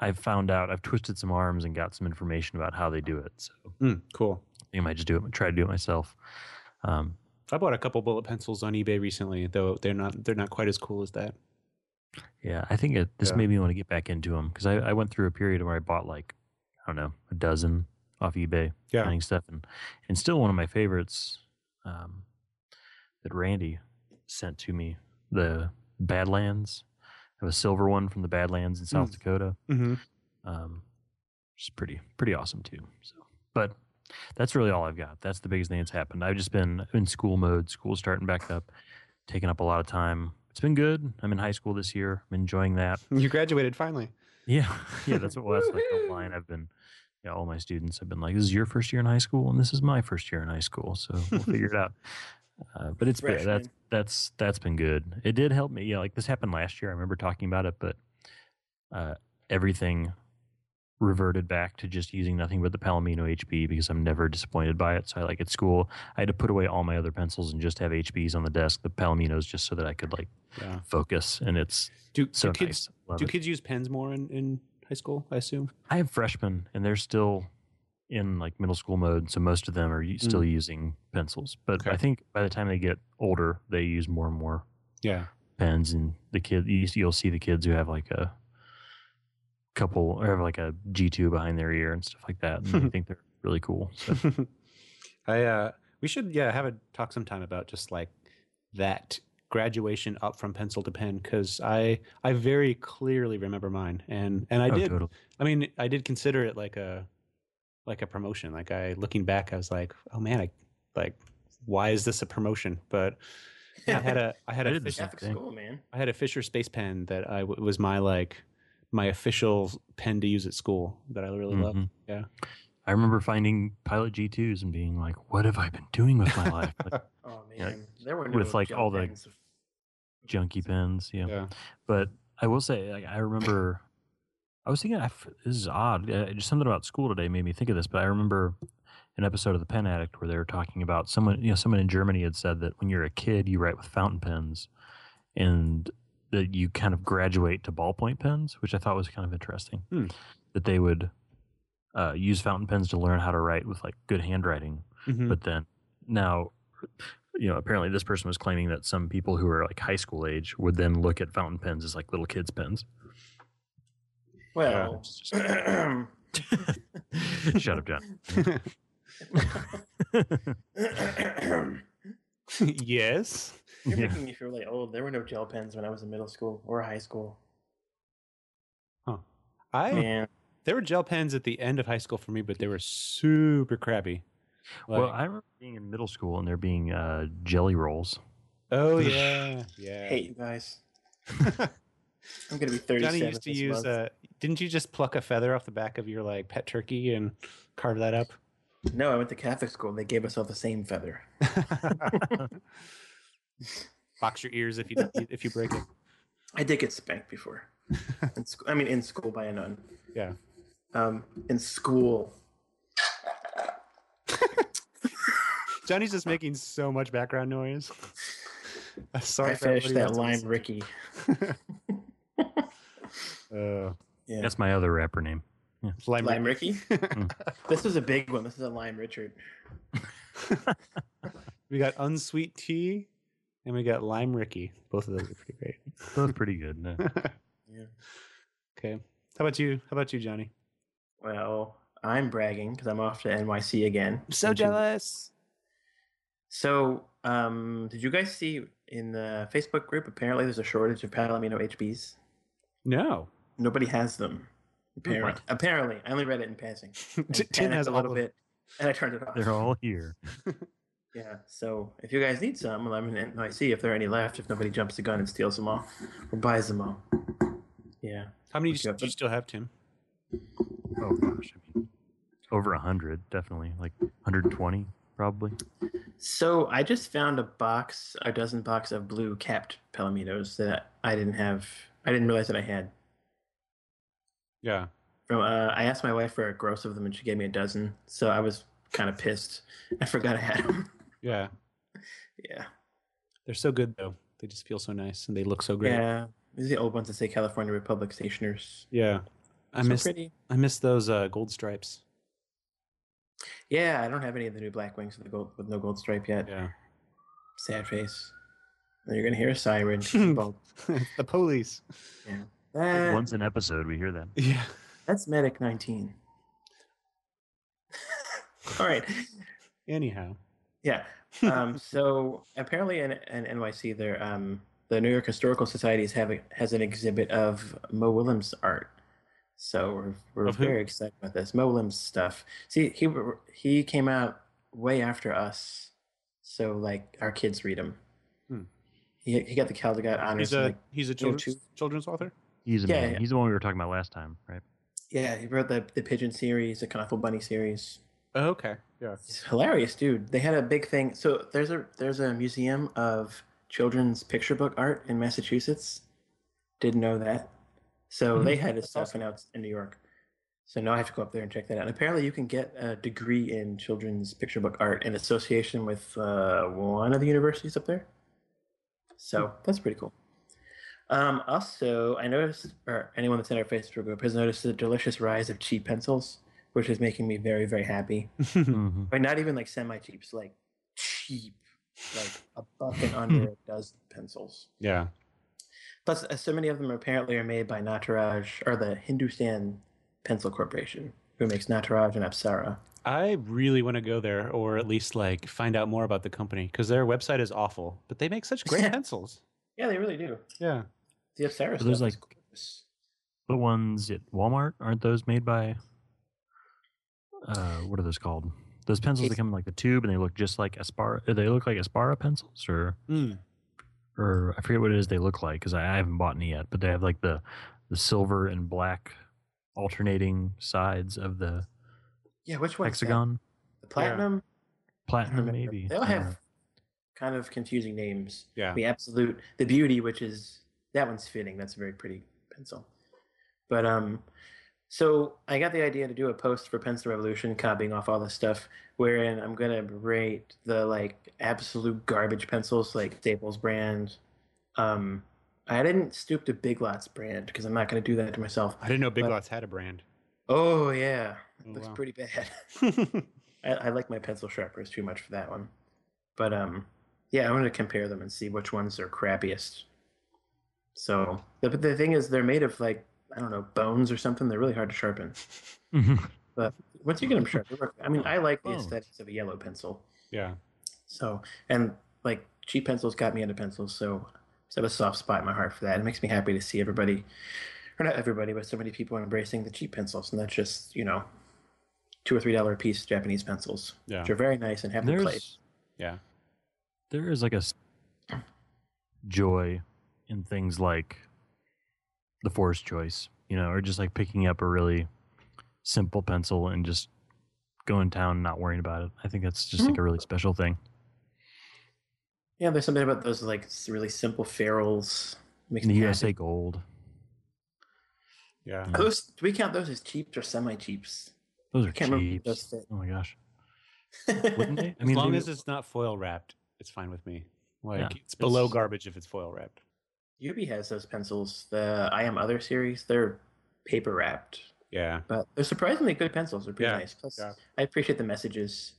C: I've found out. I've twisted some arms and got some information about how they do it. So
B: Mm, cool.
C: I think I might just do it. Try to do it myself. Um,
B: I bought a couple bullet pencils on eBay recently, though they're not they're not quite as cool as that.
C: yeah, I think it, this
B: Yeah.
C: made me want to get back into them because I, I went through a period where I bought like I don't know a dozen off eBay. finding stuff and and still one of my favorites um, that Randy sent to me the Badlands. I have a silver one from the Badlands in South
B: Mm.
C: Dakota.
B: hmm
C: Um, it's pretty pretty awesome too. So, but that's really all I've got. That's the biggest thing that's happened. I've just been in school mode. School's starting back up, taking up a lot of time. It's been good. I'm in high school this year. I'm enjoying that.
B: You graduated finally.
C: Yeah, yeah, that's what well, that's like the
A: Woohoo!
C: line I've been. Yeah, all my students have been like, "This is your first year in high school, and this is my first year in high school, so we'll figure it out." Uh, but it's been, that's
A: Freshman.
C: that's that's been good. It did help me. Yeah, like this happened last year. I remember talking about it, but uh, everything reverted back to just using nothing but the Palomino HB because I'm never disappointed by it. So I like at school, I had to put away all my other pencils and just have HBs on the desk, the Palominos, just so that I could like
B: Yeah.
C: focus. And it's
B: Do,
C: so
B: do kids
C: nice. Love
B: do
C: it.
B: kids use pens more in, in high school? I assume.
C: I have freshmen, and they're still in like middle school mode, so most of them are u- still using pencils. But
B: Mm. Okay.
C: I think by the time they get older, they use more and more
B: Yeah.
C: pens. And the kid, you- you'll see the kids who have like a couple or have like a G two behind their ear and stuff like that, and I think they're really cool. So,
B: I uh we should yeah have a talk sometime about just like that graduation up from pencil to pen because I I very clearly remember mine and and I
C: Oh,
B: did
C: totally.
B: I mean I did consider it like a like a promotion. Like I looking back, I was like, oh man, I like why is this a promotion? But I had a I had
C: I
B: a
C: did the
B: Fisher-
C: same
A: Catholic
C: thing.
A: school, man.
B: I had a Fisher Space Pen that I w- was my like my official pen to use at school that I really loved.
C: Mhm.
B: yeah.
C: I remember finding Pilot G2s and being like, what have I been doing with my life? Like,
A: Oh man,
C: Yeah,
A: there were no
C: with, like,
A: gel
C: all the-
A: pens.
C: junky pens. Yeah.
B: Mm-hmm, Yeah.
C: But I will say, like, I remember, I was thinking, I f- this is odd. Uh, just something about school today made me think of this. But I remember an episode of The Pen Addict where they were talking about someone, you know, someone in Germany had said that when you're a kid, you write with fountain pens and that you kind of graduate to ballpoint pens, which I thought was kind of interesting.
B: Hmm.
C: That they would uh, use fountain pens to learn how to write with like good handwriting
B: Mhm.
C: but then now you know apparently this person was claiming that some people who are like high school age would then look at fountain pens as like little kids pens
A: Well,
C: It's just- shut up john
A: you're
B: yes.
C: Yeah.
A: making me feel like old. There were no gel pens when I was in middle school or high school.
B: I
A: Man,
B: there were gel pens at the end of high school for me, but they were super crappy.
C: well
B: Like-
C: i remember being in middle school and there being uh, jelly rolls
B: oh yeah,
A: I
B: yeah.
A: hate you guys. I'm gonna be 37.
B: Johnny used to
A: this
B: use.
A: month.
B: Uh, didn't you just pluck a feather off the back of your like pet turkey and carve that up?
A: No, I went to Catholic school. and They gave us all the same feather.
B: Box your ears if you don't, if you break it.
A: I did get spanked before. in sc- I mean, in school by a nun.
B: Yeah.
A: Um, in school.
B: Johnny's just making so much background noise. I'm sorry.
A: I
B: for everybody
A: finished that
B: that's
A: lime
B: listening.
A: Ricky.
B: Uh,
A: Yeah.
C: that's my other rapper name
B: lime, Hmm.
A: lime
B: Rick.
A: Ricky? this is a big one. This is a lime Richard.
B: We got unsweet tea, and we got lime Ricky. Both of those are pretty great.
C: both pretty good uh, no.
A: Yeah.
B: Okay. How about you? How about you, Johnny?
A: Well, I'm bragging because I'm off to NYC again. Did you-
B: jealous.
A: So, um, did you guys see in the Facebook group? Apparently, there's a shortage of pal amino HBs.
B: No.
A: Nobody has them. Apparently, apparently, I only read it in passing. and
B: Tim
A: panicked
B: has
A: a
B: all
A: little
B: of it.
A: bit, and I turned it off.
C: they're all here
A: Yeah. So if you guys need some, well, I'm in NYC. If there are any left, if nobody jumps the gun and steals them all or buys them all. Yeah.
B: How many
A: Okay,
B: do you, do you
A: but-
B: still have, Tim?
C: oh gosh i mean over 100 definitely like 120 probably
A: So I just found a box, a dozen box of blue capped Palominos that I didn't have. I didn't realize that I had.
B: Yeah.
A: From uh, I asked my wife for a gross of them, and she gave me a dozen. So I was kind of pissed. I forgot I had them.
B: Yeah.
A: Yeah.
B: They're so good though. They just feel so nice and they look so Oh, great.
A: Yeah. These are the old ones that say California Republic Stationers.
B: Yeah. I
A: so
B: miss
A: pretty.
B: I miss those uh, gold stripes.
A: Yeah, I don't have any of the new Black Wings with, the gold, with no gold stripe yet.
B: Yeah.
A: Sad face. And you're gonna hear a siren. 'cause I'm bald.
B: the police.
A: That-
C: once an episode we hear that
B: Yeah.
A: Ah, that's medic 19. All right.
B: Anyhow.
A: Yeah. Um, so apparently in, in NYC, there um, the New York Historical Society is having has an exhibit of Mo Willems art. So we're, we're
B: Of who?
A: very excited about this Mo Willems stuff. See, he he came out way after us, so like our kids read him.
B: Hmm.
A: He, he got the Caldecott honors.
B: he's
A: and,
B: a
A: like,
B: he's a
A: two-
B: children's, children's author.
C: he's
A: Yeah,
C: amazing
A: yeah.
C: he's the one we were talking about last time right
A: Yeah, he wrote the the Pigeon series, the Knuffle Bunny series.
B: Oh, okay. Yeah.
A: He's hilarious, dude. They had a big thing. So there's a there's a museum of children's picture book art in Massachusetts. Didn't know that. So
C: Hmm.
A: they had his stuff announced in New York. So now I have to go up there and check that out. And apparently, you can get a degree in children's picture book art in association with uh, one of the universities up there. So that's pretty cool. Um, also, I noticed, or anyone that's in our Facebook group has noticed the delicious rise of cheap pencils, which is making me very, very happy.
C: mm-hmm.
A: But not even like semi cheaps, like cheap, like a buck and
C: Hmm.
A: under a dozen pencils.
B: yeah.
A: Plus, uh, so many of them apparently are made by Nataraj or the Hindustan Pencil Corporation, who makes Nataraj and Apsara.
B: I really want to go there or at least like find out more about the company because their website is awful, but they make such great pencils.
A: Yeah, they really do.
B: Yeah.
A: The Apsara
C: So
A: stuff
C: there's,
A: is
C: like-
A: gorgeous.
C: the ones at Walmart aren't those made by uh, what are those called? Those pencils that
B: It's-
C: come in like the tube, and they look just like Aspara. They look like Aspara pencils, or
B: Mm.
C: or I forget what it is they look like because I, I haven't bought any yet. But they have like the the silver and black alternating sides of the
A: Yeah, which one?
C: hexagon,
A: The platinum.
C: platinum
A: remember.
C: maybe.
A: They all
C: I don't know.
A: have kind of confusing names.
B: Yeah.
A: The absolute, the beauty, which is that one's fitting. That's a very pretty pencil. But um, so I got the idea to do a post for Pencil Revolution, copying off all this stuff, wherein I'm gonna rate the like absolute garbage pencils, like Staples brand. Um, I didn't stoop to Big Lots brand because I'm not gonna do that to myself.
B: I didn't know Big
A: But-
B: Lots had a brand.
A: Oh yeah,
B: Oh,
A: looks
B: wow.
A: pretty bad. I, I like my pencil sharpers too much for that one. But um, yeah, I want to compare them and see which ones are crappiest. So the but the thing is, they're made of like I don't know bones or something. They're really hard to sharpen. But once you get them sharp, they work. I mean, I like the
C: Bones.
A: aesthetics of a yellow pencil.
B: yeah.
A: So and like cheap pencils got me into pencils. So I just have a soft spot in my heart for that. It makes me happy to see everybody, or not everybody, but so many people embracing the cheap pencils, and that's just you know, two or three dollar a piece Japanese pencils
B: Yeah.
A: which are very nice and heavily played.
C: There's
B: Yeah.
C: there is like a s- joy in things like the forest choice, you know, or just like picking up a really simple pencil and just going to town, and not worrying about it. I think that's just like a really special thing.
A: Yeah, there's something about those like s- really simple ferrules. Makes
C: In the
A: me
C: USA
A: happy.
C: Gold,
B: Yeah.
A: Are those do we count those as cheaps or semi cheaps?
C: those are
A: can't remember
C: cheap.
A: those fit.
C: Oh my gosh, wouldn't
A: yeah,
C: they? I
B: as long
C: maybe-
B: as it's not foil wrapped, it's fine with me. Like
C: Yeah.
B: it's below
A: It's-
B: garbage if it's foil wrapped.
A: Yubi has those pencils. The I Am Other series, they're paper wrapped,
B: Yeah.
A: but they're surprisingly good pencils. They're pretty
B: Yeah,
A: nice. Plus,
B: yeah.
A: I appreciate the messages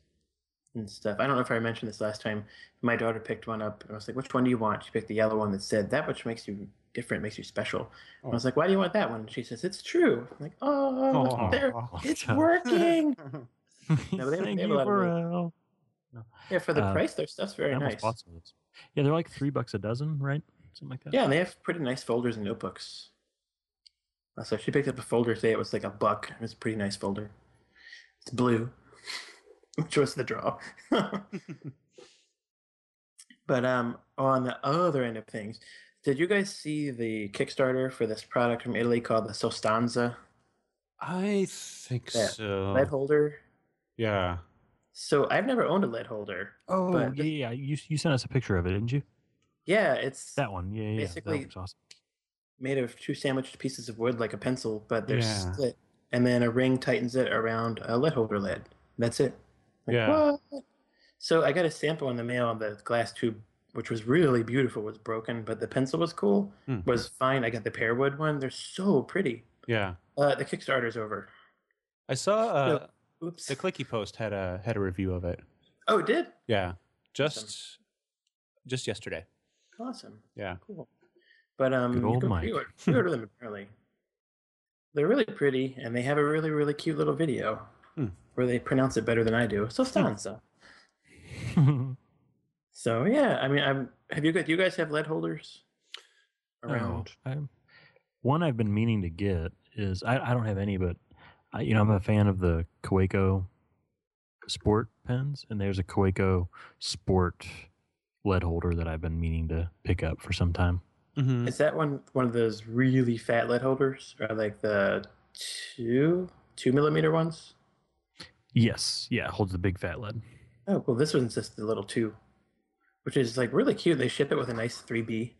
A: and stuff. I don't know if I mentioned this last time. My daughter picked one up, and I was like, "Which one do you want?" She picked the yellow one that said, "That which makes you different makes you special."
B: Oh.
A: And I was like, "Why do you want that one?" And she says, "It's true." I'm like, "Oh,
B: Oh.
A: there,
C: Oh,
A: it's
C: God.
A: working." but they-
C: Thank
A: they have a
C: you
A: lot of
C: for
A: really-
C: help.
A: Yeah, for the
C: Uh,
A: price, their stuff's
C: I
A: very
C: almost
A: nice.
C: bought some of those. Yeah, they're like three bucks a dozen, right? Something like that.
A: Yeah, and they have pretty nice folders and notebooks. Uh, So she picked up a folder today. It was like a buck. It was a pretty nice folder. It's blue, which was the draw. but um, on the other end of things, did you guys see the Kickstarter for this product from Italy called the Sostanza
B: I think
A: Yeah.
B: so.
A: lead holder?
B: Yeah.
A: So I've never owned a lead holder.
C: Oh,
A: But-
C: yeah, yeah. yeah. You you sent us a picture of it, didn't you?
A: Yeah, it's
C: That one, yeah, yeah, yeah.
A: Basically-
C: that was awesome.
A: made of two sandwiched pieces of wood like a pencil, but they're
B: Yeah.
A: split. And then a ring tightens it around a lead holder lid. That's it. Like,
B: Yeah.
A: what? So I got a sample in the mail and the glass tube, which was really beautiful, was broken, but the pencil was cool,
B: Hmm.
A: was fine. I got the pearwood one. They're so pretty.
B: Yeah.
A: Uh, the Kickstarter's over.
B: I saw uh,
A: Oops.
B: the Clicky Post had a had a review of it.
A: Oh, it did?
B: Yeah. Just just yesterday.
A: Awesome.
B: Yeah.
A: Cool. But um,
C: Good
A: you
C: old
A: can
C: Mike.
A: pre-order, pre-order them apparently. They're really pretty, and they have a really, really cute little video
B: Hmm.
A: where they pronounce it better than I do. So
C: Hmm.
A: stanza. So yeah, I mean, I'm. Have you got? You guys have lead holders around?
C: Oh, I- one I've been meaning to get is I, I don't have any, but I, you know I'm a fan of the Coeco Sport pens, and there's a Coeco Sport lead holder that I've been meaning to pick up for some time.
B: Mm-hmm.
A: Is that one one of those really fat lead holders, or like the two two millimeter ones?
C: Yes, yeah, it holds the big fat lead.
A: Oh, cool. This one's just the little two, which is like really cute. They ship it with a nice 3B.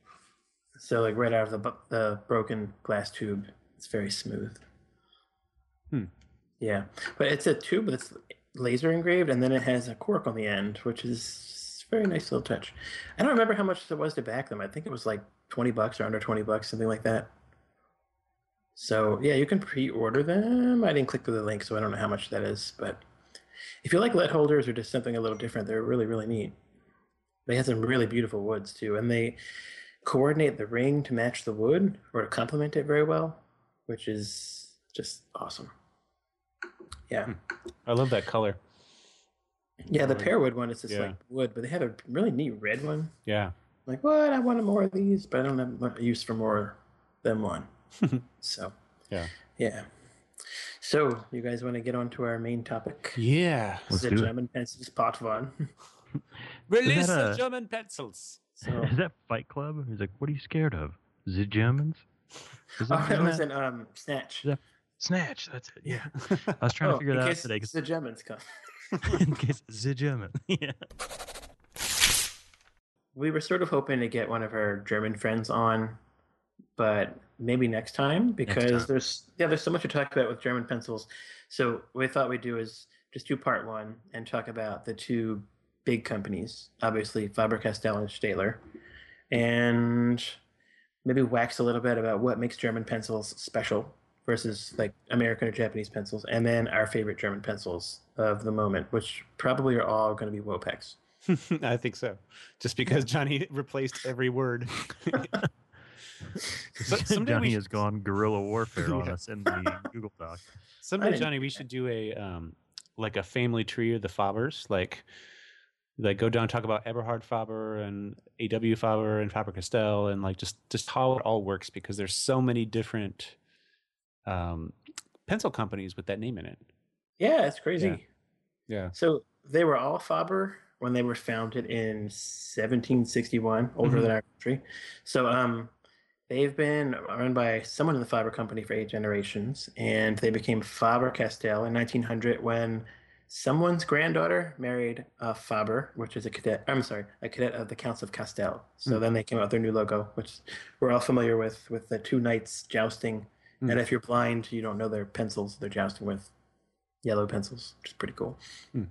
A: So, like, right out of the, bu- the broken glass tube, it's very smooth.
B: Hmm.
A: Yeah. But it's a tube that's laser engraved, and then it has a cork on the end, which is a very nice little touch. I don't remember how much it was to back them. I think it was like 20 bucks or under 20 bucks, something like that. So, yeah, you can pre order them. I didn't click through the link, so I don't know how much that is, but if you like lead holders or just something a little different, they're really, really neat. They had some really beautiful woods too, and they coordinate the ring to match the wood or to complement it very well, which is just awesome. Yeah.
B: I love that color.
A: Yeah, the
B: Right.
A: pearwood one is just
B: Yeah.
A: like wood, but they had a really neat red one.
B: Yeah.
A: like, what? I wanted more of these, but I don't have much use for more than one. so,
B: Yeah.
A: Yeah. So, you guys want to get on to our main topic?
B: Yeah.
C: Let's
A: the
C: do it.
A: German pencils, part one.
B: Release
C: that
B: the
C: a-
B: German pencils.
A: So,
C: Is that Fight Club? He's like, what are you scared of? Is it Germans? Is
A: oh, it
C: German?
A: was in um, Snatch.
C: Yeah, Snatch. That's it. Yeah. I was trying
A: Oh,
C: to figure
A: in
C: that out
A: case
C: today 'cause-
A: The Germans come.
C: in case it's a German. yeah.
A: We were sort of hoping to get one of our German friends on, but maybe next time because
C: time.
A: there's yeah there's so much to talk about with German pencils. So what I thought we'd do is just do part one and talk about the two big companies, obviously Faber Castell and Staedtler, and maybe wax a little bit about what makes German pencils special versus like American or Japanese pencils, and then our favorite German pencils of the moment, which probably are all going to be Wopex.
B: I think so. Just because Johnny replaced every word. So- someday we
C: Johnny
B: should-
C: has gone guerrilla warfare on
B: Yeah.
C: us in the Google Doc.
A: I
B: Someday,
A: didn't-
B: Johnny, we should do a um, like a family tree of the Fabers, like like go down and talk about Eberhard Faber and A.W. Faber and Faber Castell, and like just just how it all works because there's so many different um, pencil companies with that name in it.
A: Yeah, it's crazy.
B: Yeah.
A: So they were all Faber when they were founded in 1761, older
B: Mhm.
A: than our country. So um, they've been run by someone in the Faber company for eight generations, and they became Faber Castell in 1900 when someone's granddaughter married a Faber, which is a cadet. I'm sorry, a cadet of the Counts of Castell. So then they came out with their new logo, which we're all familiar with, with the two knights jousting.
B: Mm.
A: And if you're blind, you don't know their pencils they're jousting with yellow pencils, which is pretty cool.
B: Hmm.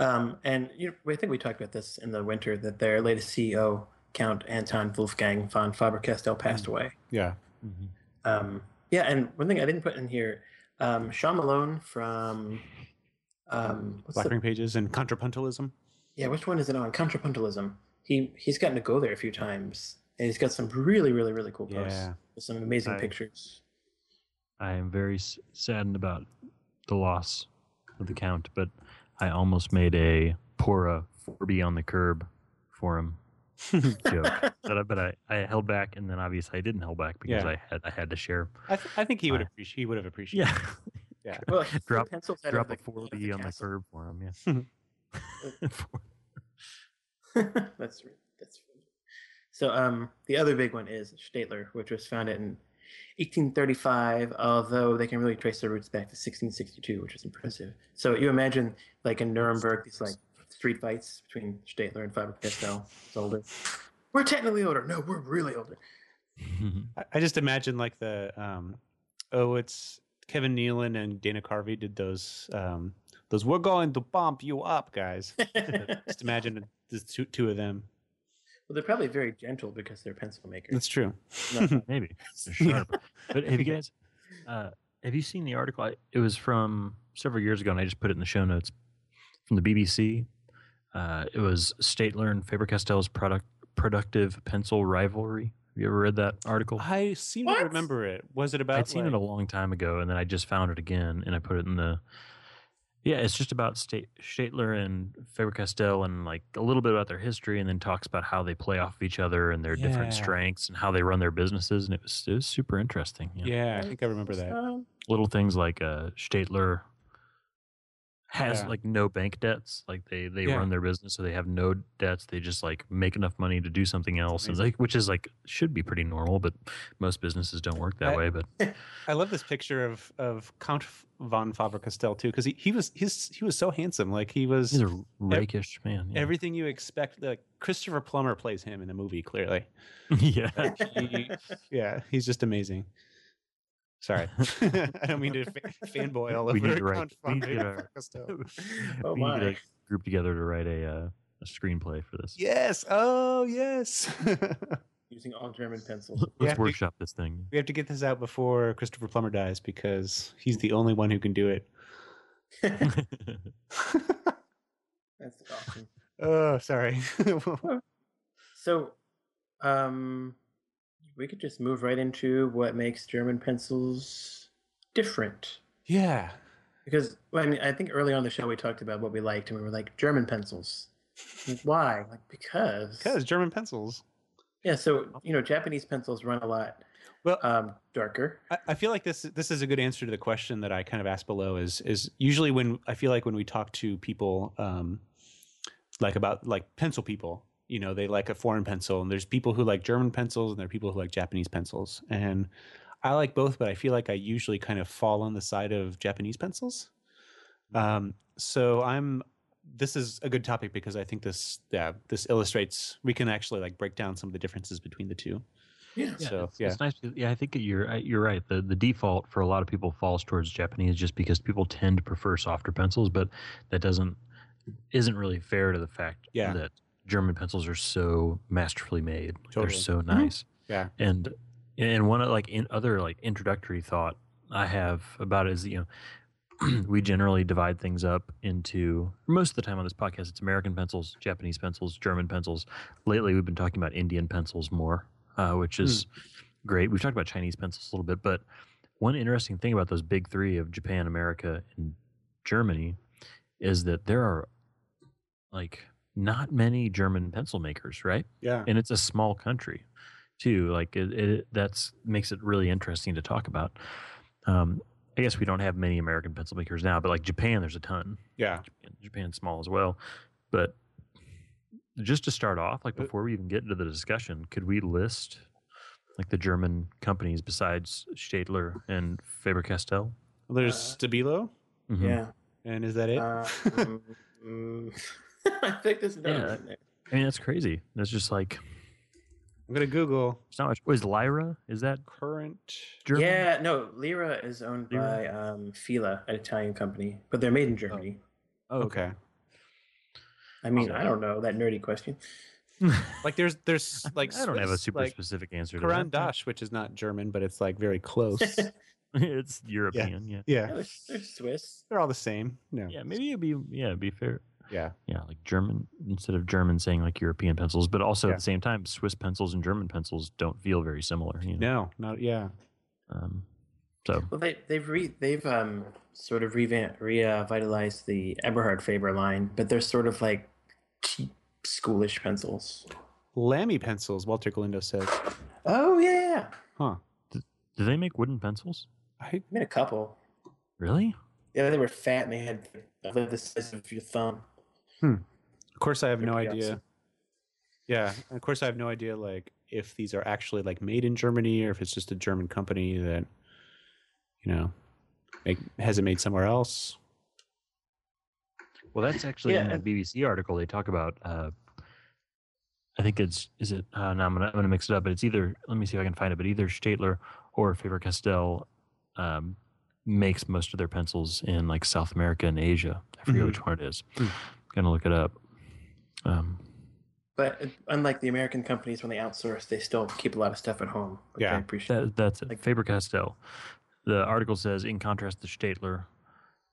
A: Um, and you know, I think we talked about this in the winter that their latest E CEO, Count Anton Wolfgang von Faber-Castell, passed
C: Mm.
A: away.
B: Yeah.
A: Um, yeah, and one thing I didn't put in here, um, Sean Malone from um, what's
B: Black
A: the,
B: Ring Pages and Contrapuntalism.
A: yeah, which one is it on? Contrapuntalism. He he's gotten to go there a few times, and he's got some really really really cool posts,
B: Yeah.
A: with some amazing
C: I-
A: pictures.
C: I am very s- saddened about the loss of the count, but I almost made a pour a 4B on the curb for him joke. But I, but I, I held back, and then obviously I didn't hold back because
B: Yeah.
C: I had I had to share.
B: I, th- I think he would
C: Fine.
B: appreciate. He would have appreciated.
C: Yeah,
A: Well, he threw
C: Drop-
A: pencils out of
C: drop
A: the-
C: a
A: out of
C: 4B on the
A: castle.
C: curb for him. Yeah.
A: that's that's so um the other big one is Staedtler, which was founded in 1835, although they can really trace their roots back to 1662, which is impressive. So you imagine like in Nuremberg, these like street fights between Staedtler and Faber Castell. It's older. We're technically older. No, we're really older.
B: I, I just imagine like the um, oh, it's Kevin Nealon and Dana Carvey did those um, those. We're going to bump you up, guys.
A: well,
B: just imagine the two, two of them.
A: they're probably very gentle because they're pencil makers.
B: That's true.
A: Not-
C: Maybe they're sharp. But have you guys, uh, have you seen the article? I, it was from several years ago, and I just put it in the show notes from the BBC. Uh, it was Staedtler and Faber Castell's product productive pencil rivalry. Have you ever read that article?
B: I seem to
A: What?
B: remember it. Was it about?
C: I'd seen it a
B: like-
C: long time ago, and then I just found it again, and I put it in the. Yeah, it's just about Sta- Staedtler and Faber Castell, and like a little bit about their history, and then talks about how they play off of each other and their different
B: Yeah.
C: strengths and how they run their businesses, and it was it was super interesting. yeah.
B: Yeah, I think I remember that.
A: Um,
C: little things like uh Staedtler has
B: Yeah.
C: like no bank debts. Like they they
B: Yeah.
C: run their business, so they have no debts. They just like make enough money to do something else, and
B: amazing.
C: like which is like should be pretty normal, but most businesses don't work that
B: I-
C: way. But
B: I love this picture of of Count von Faber Castell too, because he, he was his he was so handsome. Like he was
C: he's a rakish man. Yeah,
B: everything you expect. Like Christopher Plummer plays him in the movie. Clearly,
C: yeah.
B: he- yeah, he's just amazing. Sorry, I don't mean to fa- fanboy all over
C: We need to write-
B: Count
C: we
B: von
C: need to get our-
B: Faber Castell.
A: Oh
C: we need to
A: my.
C: like, group together to write a uh, a screenplay for this.
B: Yes. Oh, yes.
A: using all German pencils.
C: Let's
B: have to-
C: workshop this thing.
B: we have to get this out before Christopher Plummer dies because he's the only one who can do it.
A: That's awesome.
B: oh, sorry.
A: So, um, we could just move right into what makes German pencils different.
B: yeah.
A: Because well, I mean, I think early on in the show we talked about what we liked, and we were like German pencils. Why? Like because.
B: Because German pencils.
A: Yeah. So you know, Japanese pencils run a lot
B: Well,
A: um, darker.
B: I, I feel like this this is a good answer to the question that I kind of asked below. Is is usually when I feel like when we talk to people, um, like about like pencil people, you know, they like a foreign pencil, and there's people who like German pencils, and there are people who like Japanese pencils, and I like both, but I feel like I usually kind of fall on the side of Japanese pencils. Um, so I'm. This is a good topic because I think this yeah this illustrates we can actually like break down some of the differences between the two.
A: Yeah.
C: Yeah,
B: So,
C: it's,
B: yeah.
C: it's nice. to- Yeah, I think you're I- you're right. The the default for a lot of people falls towards Japanese just because people tend to prefer softer pencils, but that doesn't isn't really fair to the fact
B: Yeah.
C: that German pencils are so masterfully made. Like,
B: Totally.
C: They're so nice.
B: Yeah.
C: And and one like in other like introductory thought I have about it is you know we generally divide things up into most of the time on this podcast it's American pencils, Japanese pencils, German pencils. Lately we've been talking about Indian pencils more, uh, which is great. We've talked about Chinese pencils a little bit, but one interesting thing about those big three of Japan, America, and Germany is that there are like not many German pencil makers, right?
B: Yeah.
C: and it's a small country too like it, it that's makes it really interesting to talk about um i guess we don't have many american pencil makers now but like japan there's a ton
B: Yeah.
C: Japan- japan's small as well but just to start off like
B: Uh,
C: before we even get into the discussion could we list like the german companies besides staedtler and faber-castell
B: There's
A: Uh,
B: Stabilo,
C: Mhm.
A: Yeah.
B: and is that it?
A: Uh, mm, mm. I think there's another
C: Yeah.
A: one there.
C: i mean that's crazy that's just like
B: I'm gonna Google
C: it's not much was lyra is that
B: current.
C: german
A: Yeah, no, Lira is owned
C: Lira?
A: by um, Fila, an Italian company, but they're made in Germany.
C: oh, okay
B: Okay.
A: I mean,
C: Oh.
A: I don't know that nerdy question.
B: Like there's there's like
C: i don't have a
B: Swiss,
C: super
B: like,
C: specific answer to
B: Grand
C: that.
B: Dash, which is not German, but it's like very close.
C: it's European, yeah.
A: Yeah,
B: yeah.
A: they're, they're Swiss.
B: They're all the same. No.
C: Yeah, maybe it'd be yeah, it'd be fair.
B: Yeah.
C: Yeah, like German instead of German saying like European pencils, but also
B: Yeah.
C: at the same time, Swiss pencils and German pencils don't feel very similar. You know?
B: No. Not. Yeah.
C: Um, so
A: Well, they they've re, they've um sort of revamp revitalized the Eberhard Faber line, but they're sort of like cheap schoolish pencils.
B: Lammy pencils. Walter Galindo says.
A: Oh yeah,
B: Huh.
C: do they make wooden pencils?
B: I
A: I made a couple.
C: Really?
A: Yeah, they were fat and they had they're the size of your thumb.
B: Of course, I have
A: They're
B: no
A: pretty
B: idea.
A: awesome.
B: Yeah, and of course, I have no idea like if these are actually like made in Germany or if it's just a German company that you know make, has it made somewhere else.
C: Well, that's actually in
A: Yeah.
C: that BBC article. They talk about. Uh, I think it's is it. Uh, no, I'm gonna I'm gonna mix it up. But it's either let me see if I can find it. But either Staedtler or Faber Castell um, makes most of their pencils in like South America and Asia. I forget
B: Mhm.
C: which one it is.
B: Mm.
C: Gonna look it up. Um,
A: But uh, unlike the American companies, when they outsource, they still keep a lot of stuff at home. Which
B: Yeah.
A: I appreciate.
C: that, that's it.
A: Like-
C: Faber Castell. The article says, in contrast to Staedtler,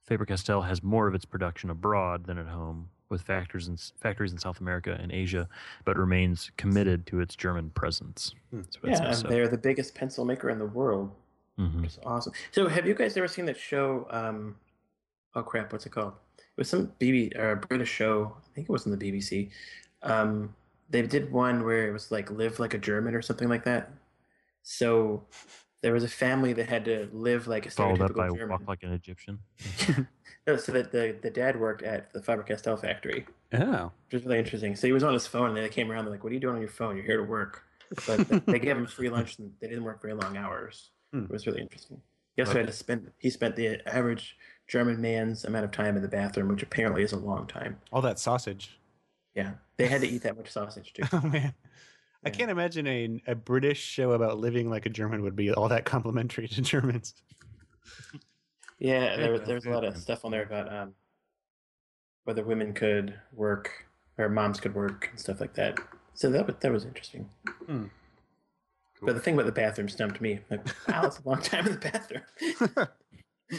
C: Faber Castell has more of its production abroad than at home, with factors in, factories in South America and Asia, but remains committed to its German presence.
B: Hmm.
C: That's what it
A: yeah,
C: says, so-
A: they're the biggest pencil maker in the world.
C: Mhm.
A: It's awesome. So, have you guys ever seen that show? Um, oh crap, what's it called? It was some BB or a British show. I think it was in the BBC. Um, they did one where it was like live like a German or something like that. So there was a family that had to live like a
C: Followed up by
A: stereotypical German.
C: Walk Like an Egyptian.
A: No, so that the, the dad worked at the Faber Castell factory,
B: Oh,
A: which was really interesting. So he was on his phone, and they came around. They're like, "What are you doing on your phone? You're here to work." But th- they gave him free lunch, and they didn't work very long hours.
B: Hmm.
A: It was really interesting. He also had to spend. He spent the average German man's amount of time in the bathroom, which apparently is a long time.
B: all that sausage.
A: Yeah, they had to eat that much sausage too.
B: Oh man,
A: Yeah.
B: I can't imagine a a British show about living like a German would be all that complimentary to Germans.
A: Yeah,
C: Good
A: there,
C: though,
A: there's a lot
C: good
A: of
C: though.
A: stuff on there about um, whether women could work or moms could work and stuff like that. So that was, that was interesting.
B: Hmm.
C: Cool.
A: But the thing about the bathroom stumped me. Like, wow, it's a long time in the bathroom.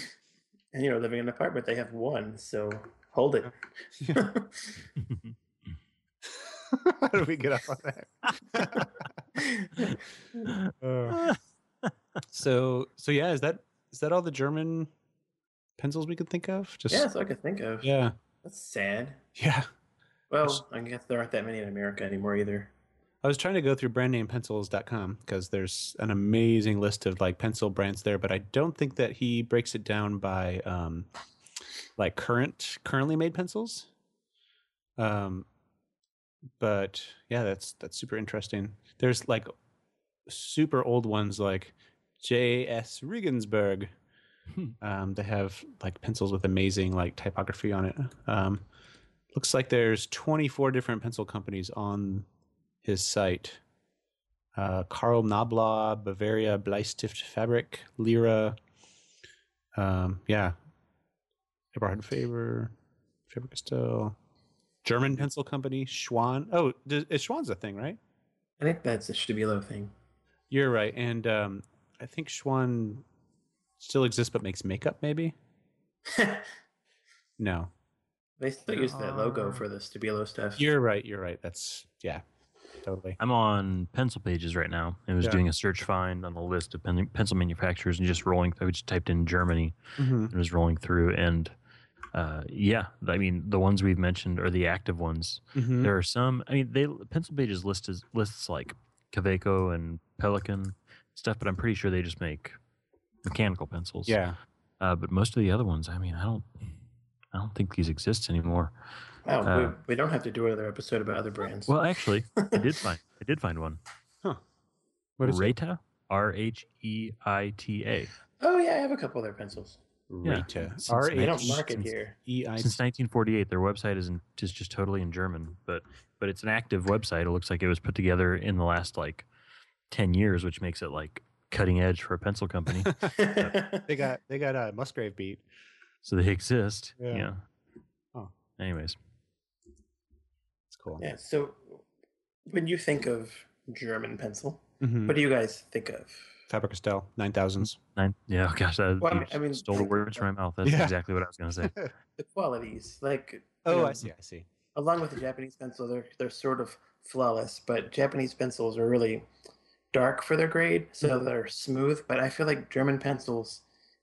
A: and you know, living in an apartment, they have one, so hold it.
B: How do we get off on that? Oh. so so yeah, is that is that all the German pencils we could think of? Just
A: yeah, that's all I could think of.
B: yeah,
A: That's sad.
B: yeah.
A: Well, I guess there aren't that many in America anymore either.
B: I was trying to go through brandnamepencils.com because there's an amazing list of like pencil brands there, but I don't think that he breaks it down by um, like current currently made pencils. Um, but yeah, that's that's super interesting. There's like super old ones like J.S. Regensburg.
C: Hmm.
B: Um, they have like pencils with amazing like typography on it. Um, looks like there's 24 different pencil companies on his site. Uh, Karl Nabla, Bavaria Bleistift Fabric, Lira. Um, yeah. Eberhard Faber, Faber Castell. German pencil company, Schwann. Oh, d- is Schwann's a thing, right?
A: I think that's a Stabilo thing.
B: You're right. And um, I think Schwann still exists but makes makeup, maybe? No.
A: they still use that logo for the Stabilo stuff.
B: You're right. You're right. That's, yeah, totally.
C: I'm on pencil pages right now and was
B: Yeah.
C: doing a search find on the list of pen- pencil manufacturers and just rolling. I just typed in Germany
B: Mm-hmm.
C: and was rolling through. And uh, yeah, I mean, the ones we've mentioned are the active ones.
B: Mm-hmm.
C: There are some. I mean, they pencil pages list is, lists like Kaveco and Pelican stuff, but I'm pretty sure they just make mechanical pencils.
B: Yeah.
C: Uh, but most of the other ones, I mean, I don't, I don't think these exist anymore.
A: oh,
C: uh,
A: we, we don't have to do another episode about other brands.
C: Well, actually, I did find, I did find one.
B: What is it?
C: Reta, R H E I T A.
A: oh yeah, I have a couple of their pencils.
C: Yeah.
B: Rita.
C: Since
B: R
A: They
C: They
A: don't
C: just-
A: market
C: since-
A: here.
B: E I.
C: Since 1948, their website is in, is just totally in German, but but it's an active website. It looks like it was put together in the last like 10 years, which makes it like cutting edge for a pencil company.
B: They got they got uh, Musgrave beat.
C: so they exist.
B: Yeah.
C: Yeah.
B: Oh.
C: Anyways,
B: It's cool.
A: yeah. So when you think of German pencil,
B: Mhm.
A: what do you guys think of?
B: Faber Castell nine thousands.
C: nine, yeah. oh Gosh, that,
A: Well, I
C: you
A: mean- I
C: just
A: mean,
C: stole the
A: like-
C: words from my mouth. That's
B: Yeah.
C: exactly what I was going to say.
A: The qualities, like you
B: Oh,
A: know,
B: I see. I see.
A: along with the Japanese pencil, they're they're sort of flawless, but Japanese pencils are really dark for their grade, so they're smooth. But I feel like German pencils,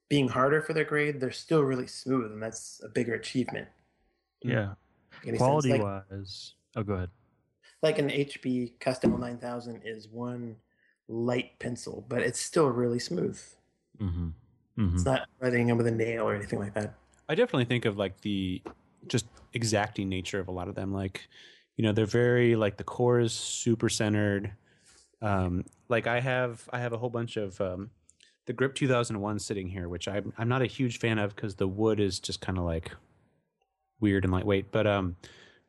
A: being harder for their grade, they're still really smooth, and that's a bigger achievement.
C: yeah.
A: Any sense?
C: Quality
A: like,
C: wise. Oh, go ahead.
A: like an HB Castell 9000 is one light pencil, but it's still really smooth.
C: Mm-hmm. Mm-hmm.
A: It's not writing in with a nail or anything like that.
B: I definitely think of like the just exacting nature of a lot of them. Like, you know, they're very like the core is super centered. Um, like I have I have a whole bunch of um, the Grip 2001 sitting here, which I'm I'm not a huge fan of because the wood is just kind of like weird and lightweight. But um,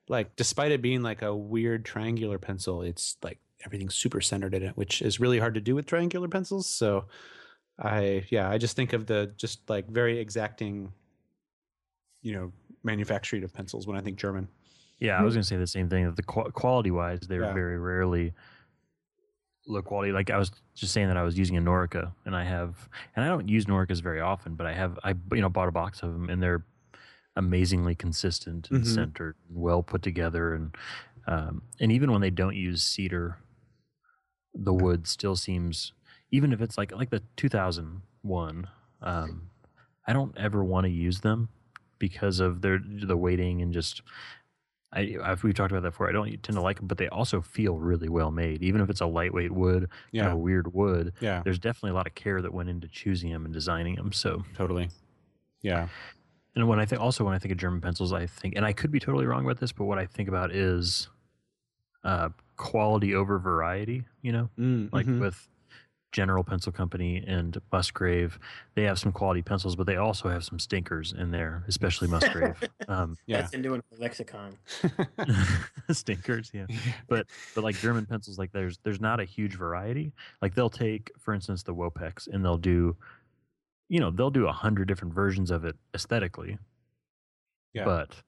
B: like despite it being like a weird triangular pencil, it's like everything's super centered in it, which is really hard to do with triangular pencils. So. I yeah, I just think of the just like very exacting you know manufacturing of pencils when I think German.
C: Yeah, I was going to say the same thing. That the qu- quality wise, they
B: Yeah.
C: were very rarely low quality. Like I was just saying that I was using a Norica, and I have, and I don't use Noricas very often, but I have, I you know bought a box of them, and they're amazingly consistent and
B: Mhm.
C: centered, and well put together, and um, and even when they don't use cedar, the wood still seems, even if it's like like the two thousand one. Um, I don't ever want to use them because of their the weighting and just I, I've, we've talked about that before. I don't tend to like them, but they also feel really well made. Even if it's a lightweight wood, kind of weird wood,
B: yeah,
C: there's definitely a lot of care that went into choosing them and designing them. So,
B: totally. Yeah,
C: and when I think also when I think of German pencils, I think, and I could be totally wrong about this, but what I think about is uh, quality over variety. You know,
B: mm,
C: like
B: mhm.
C: with General Pencil Company and Musgrave, they have some quality pencils, but they also have some stinkers in there, especially Musgrave. um,
B: yeah,
A: That's into a lexicon.
C: stinkers, yeah. but like German pencils, like there's there's not a huge variety. Like they'll take, for instance, the Wopex, and they'll do, you know, they'll do a hundred different versions of it aesthetically,
B: yeah.
C: but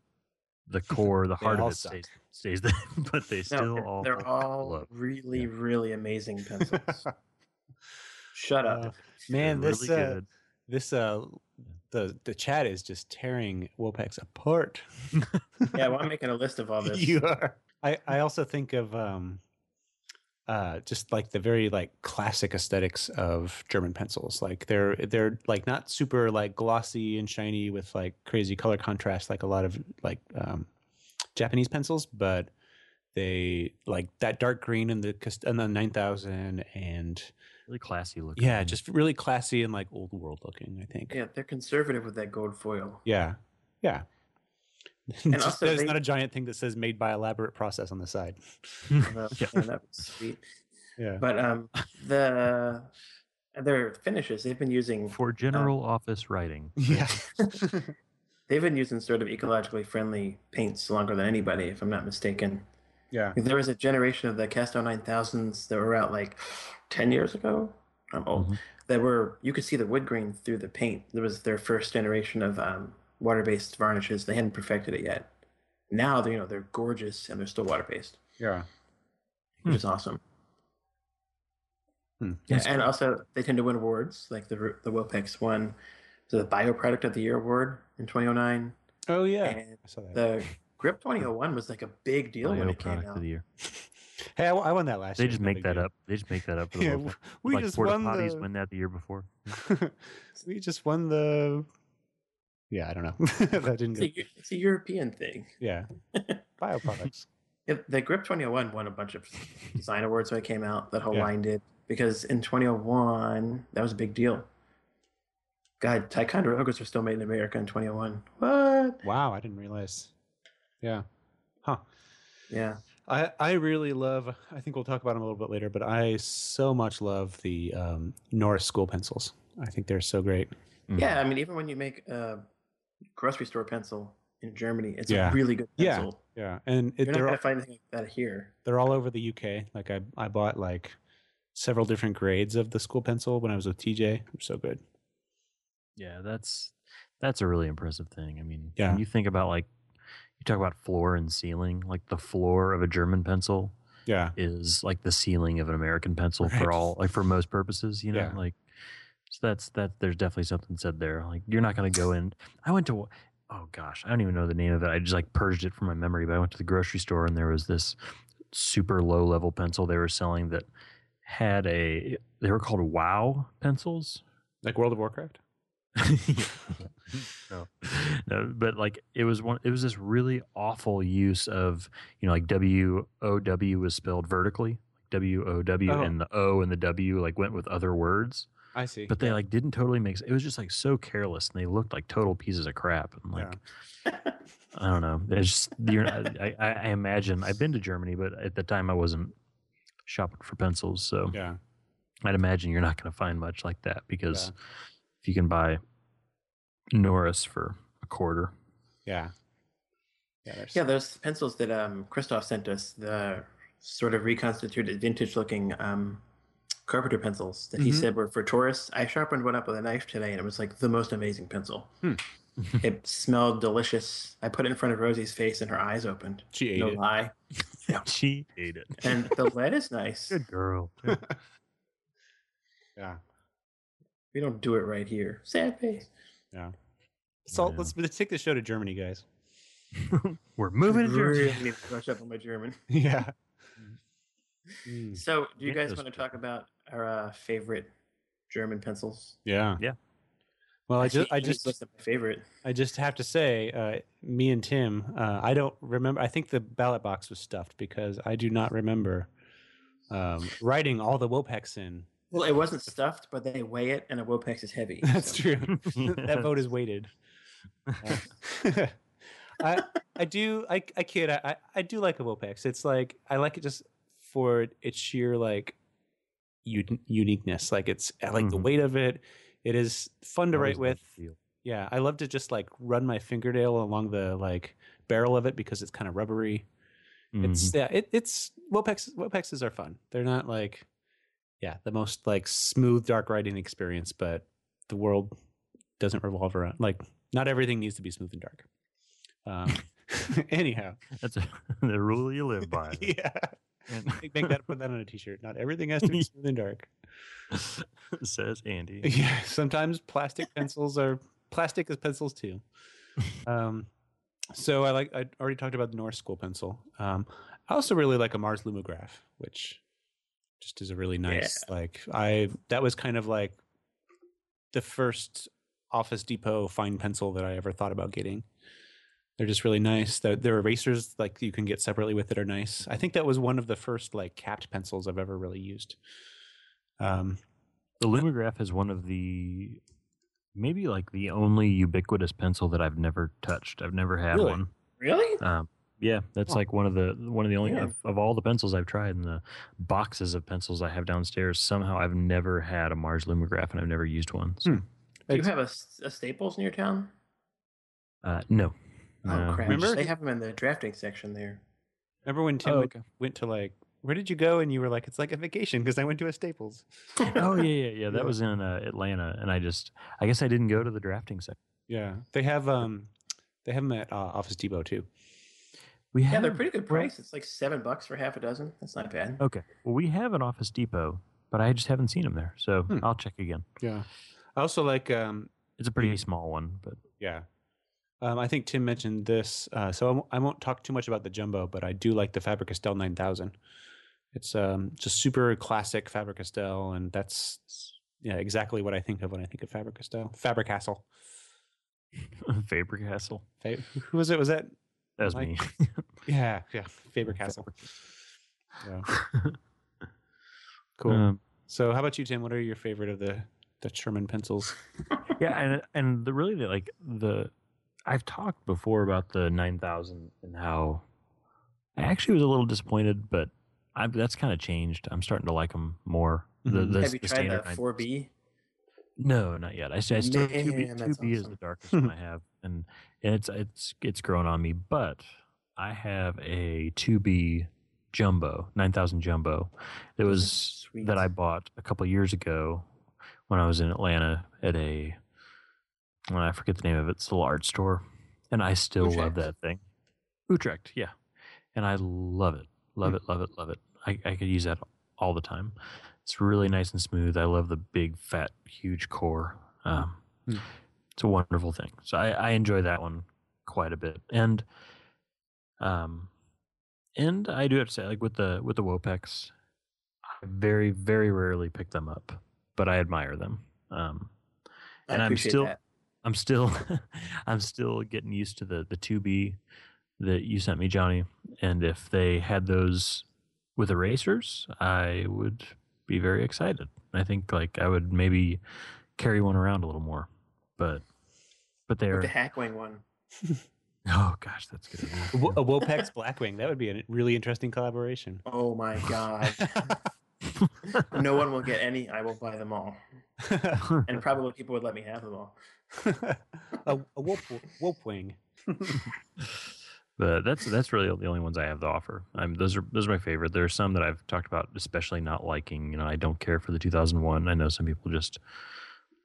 C: the core, the
B: They
C: heart
B: all
C: of it
B: suck.
C: stays stays the, but they still
A: they're-
C: all
A: they're all
C: love.
A: really, really amazing pencils. Shut up.
B: Uh, man,
C: They're
B: this
C: really
B: uh, this uh, the the chat is just tearing Wopex apart.
A: yeah, well, I'm making a list of all this.
B: you are. I, I also think of um, uh, just like the very like classic aesthetics of German pencils. Like they're they're like not super like glossy and shiny with like crazy color contrast like a lot of like um, Japanese pencils, but They like that dark green in the cust- and the nine thousand and
C: Really classy looking.
B: yeah, just really classy and like old world looking. I think.
A: Yeah, they're conservative with that gold foil.
B: Yeah. Yeah. Just-
A: also
B: there's
A: they-
B: not a giant thing that says made by elaborate process on the side.
A: Although,
C: Yeah.
A: yeah, that was sweet.
B: Yeah.
A: But um, the uh, their finishes they've been using
C: for general office writing.
B: Yeah.
A: they've been using sort of ecologically friendly paints longer than anybody, if I'm not mistaken.
B: yeah.
A: There was a generation of the Castor 9000s that were out like 10 years ago. I'm old.
C: Mhm.
A: That were, you could see the wood grain through the paint. There was their first generation of um, water based varnishes. They hadn't perfected it yet. Now, they're, you know, they're gorgeous and they're still water based,
B: Yeah.
A: which is awesome.
B: Hmm.
A: Yeah,
C: That's
A: and also, they tend to win awards. Like the the Wilpex won the Bioproduct of the Year award in 2009.
B: Oh yeah.
A: And
B: I saw that.
A: the Grip 2001 was like a big deal when
C: Bio
A: it came
C: product
A: out.
C: of the year.
B: hey, I, I won that last
C: They
B: year.
C: just
B: no
C: make
B: big
C: that
B: deal.
C: up. They just make that up. For the
B: Yeah,
C: local-
B: w- we
C: like
B: just
C: porta
B: won
C: potties
B: the
C: win that the year before.
B: we just won the yeah i don't know that didn't
A: It's
B: go.
A: a, Eu- it's a European thing.
B: yeah bioproducts
A: It, the Grip 2001 won a bunch of design awards when it came out, that whole
B: Yeah.
A: line did, because in 2001, that was a big deal. God, Ticonderogas are still made in America in 2001. What?
B: wow i didn't realize yeah
A: Yeah.
B: i i really love i think we'll talk about them a little bit later but i so much love the um norris school pencils i think they're so great
A: Yeah, I mean, even when you make a grocery store pencil in Germany, it's
B: Yeah.
A: a really good
B: Yeah.
A: pencil.
B: yeah and
A: You're
B: it,
A: not
B: they're
A: going
B: all,
A: to find anything like that here.
B: they're all over the uk like i i bought like several different grades of the school pencil when i was with tj They're so good
C: Yeah, that's that's a really impressive thing. I mean,
B: Yeah.
C: when you think about like you talk about floor and ceiling, like the floor of a German pencil
B: yeah
C: is like the ceiling of an American pencil
B: Right.
C: for all like for most purposes, you know,
B: Yeah.
C: like so that's that there's definitely something said there. Like you're not going to go in. I went to oh gosh, I don't even know the name of it. I just like purged it from my memory, but I went to the grocery store and there was this super low level pencil they were selling that had a they were called wow pencils
B: like world of warcraft
C: no. no, but like it was one. It was this really awful use of you know like W O W was spelled vertically, W O W,
B: Oh.
C: and the O and the W like went with other words,
B: i see
C: but they like didn't totally make. s- It was just like so careless, and they looked like total pieces of crap. And like I don't know, it's just you're. not- I, I I imagine I've been to Germany, but at the time I wasn't shopping for pencils, so
B: yeah
C: I'd imagine you're not going to find much like that because if you can buy Norris for a quarter,
B: yeah yeah, there's-
A: Yeah, those pencils that um, Christoph sent us, the sort of reconstituted vintage looking um, carpenter pencils that he
C: Mm-hmm.
B: Mhm.
A: said were for tourists. I sharpened one up with a knife today and it was like the most amazing pencil.
B: Hmm.
A: it smelled delicious. I put it in front of Rosie's face and her eyes opened.
B: she ate
A: no
B: it.
A: lie.
C: she ate it.
A: And the lead is nice.
C: Good girl.
B: Yeah.
A: We don't do it right here. Sad face.
B: Let's all
C: Yeah.
B: let's, let's take the show to Germany, guys.
C: We're moving to Germany.
A: Really need to brush up on my German.
B: Yeah. Mm.
A: So, do you
C: Get
A: guys
C: those
A: want to talk about our uh, favorite German pencils?
B: Yeah.
C: Yeah.
B: Well, I
A: Actually,
B: just I
A: you need to
B: just
A: list up my favorite.
B: I just have to say, uh, me and Tim, uh, I don't remember. I think the ballot box was stuffed because I do not remember um, writing all the Wopex in.
A: Well, it wasn't stuffed, but they weigh it, and a Wopex is heavy.
B: That's
A: so-
B: true. that vote is weighted. Uh, I I do I I kid I I- I do like a Wopex. It's like I like it just for its sheer like un- uniqueness. Like it's I like the
C: Mhm.
B: weight of it. It is fun to
C: Always
B: write
C: love
B: with.
C: to feel.
B: Yeah, I love to just like run my fingernail along the like barrel of it because it's kind of rubbery.
C: Mm-hmm.
B: It's yeah, it, it's Wopex Wopexes are fun. They're not like yeah, the most like smooth dark riding experience, but the world doesn't revolve around like not everything needs to be smooth and dark. Um anyhow.
C: Mhm. that's a, the rule you live by.
B: Yeah.
C: And-
B: Make make that put that on a t shirt. Not everything has to be smooth and dark.
C: says Andy.
B: Yeah. Sometimes plastic pencils are plastic is pencils too. Um so I like I already talked about the Norse school pencil. Um I also really like a Mars Lumograph, which just is a really nice like I that was kind of like the first Office Depot fine pencil that I ever thought about getting. They're just really nice. They're, they're erasers like you can get separately with that are nice. I think that was one of the first like capped pencils I've ever really used. Um,
C: The Lumigraph is one of the maybe like the only ubiquitous pencil that I've never touched. I've never had
B: Really?
C: one.
A: Really?
C: Um, yeah, that's
B: Huh.
C: like one of the one of the only
A: Yeah.
C: of, of all the pencils I've tried and the boxes of pencils I have downstairs. Somehow I've never had a Mars Lumigraph and I've never used one. So,
B: Hmm.
A: Do you
B: it's-
A: have a, s- a Staples in your town?
C: uh, no. Um,
A: Oh
C: No.
A: crap!
B: Remember-
A: They have them in the drafting section there.
B: remember when Tim
C: Oh,
B: went-
C: okay.
B: went to like, where did you go? And you were like, it's like a vacation because I went to a Staples.
C: oh yeah, yeah, yeah. That
B: Yeah.
C: was in uh, Atlanta, and I just, I guess I didn't go to the drafting section.
B: Yeah, they have um, they have them at uh, Office Depot too.
C: We
A: Yeah, they're
C: had-
A: pretty good
C: well-
A: price. It's like seven bucks for half a dozen. That's not bad.
C: Okay, well, we have an Office Depot, but I just haven't seen them there, so
B: Hmm.
C: I'll check again.
B: Yeah, I also like um,
C: It's a
A: Hmm.
C: pretty small one, but
B: yeah, um, I think Tim mentioned this, uh, so I w- I won't talk too much about the jumbo, but I do like the Faber Castell nine thousand. It's um, just super classic Faber Castell, and that's yeah exactly what I think of when I think of Faber Castell, Faber Castle.
C: Faber Castle.
B: Fa- Who was it? Was that?
C: That was
B: Like-
C: me.
B: Yeah, yeah, Faber Castle. Yeah. Cool.
C: Um,
B: so, how about you, Tim? What are your favorite of the the Sherman pencils?
C: yeah, and and the really the, like the I've talked before about the nine thousand and how I actually was a little disappointed, but I, that's kind of changed. I'm starting to like them more. The,
B: Mhm.
C: the,
A: Mm-hmm. have you
C: the
A: tried
C: standard
A: the
C: 9,000.
A: four B?
C: No, not yet. I, s- I still two B,
A: Man,
C: two
A: that's
C: B is the
A: awesome.
C: darkest one I have, and, and it's it's it's grown on me. But I have a two B jumbo nine thousand jumbo. It
A: Mm-hmm.
C: was
A: Sweet.
C: that I bought a couple years ago when I was in Atlanta at a well, I forget the name of it. It's a large store, and I still
A: Utrecht.
C: love that thing. Utrecht, yeah, and I love it, love it, love it, love it. I, I could use that all the time. It's really nice and smooth. I love the big, fat, huge core. Um,
B: Mm.
C: It's a wonderful thing. So I, I enjoy that one quite a bit, and um, and I do have to say, like with the with the Wopex, I very very rarely pick them up, but I admire them. Um,
A: I
C: and I'm
A: appreciate
C: still-
A: that.
C: I'm still I'm still getting used to the the 2B that you sent me Johnny and if they had those with erasers I would be very excited. I think like I would maybe carry one around a little more. But
A: With
C: but they're
A: the Hackwing one.
C: oh gosh that's good.
B: A Wo- a Wopex Blackwing. That would be a really interesting collaboration.
A: Oh my god! no one will get any. I will buy them all, and probably people would let me have them all.
B: a a Wop Wopwing.
C: But that's that's really the only ones I have to offer. Um, those are those are my favorite. There are some that I've talked about, especially not liking. You know, I don't care for the 2001. I know some people just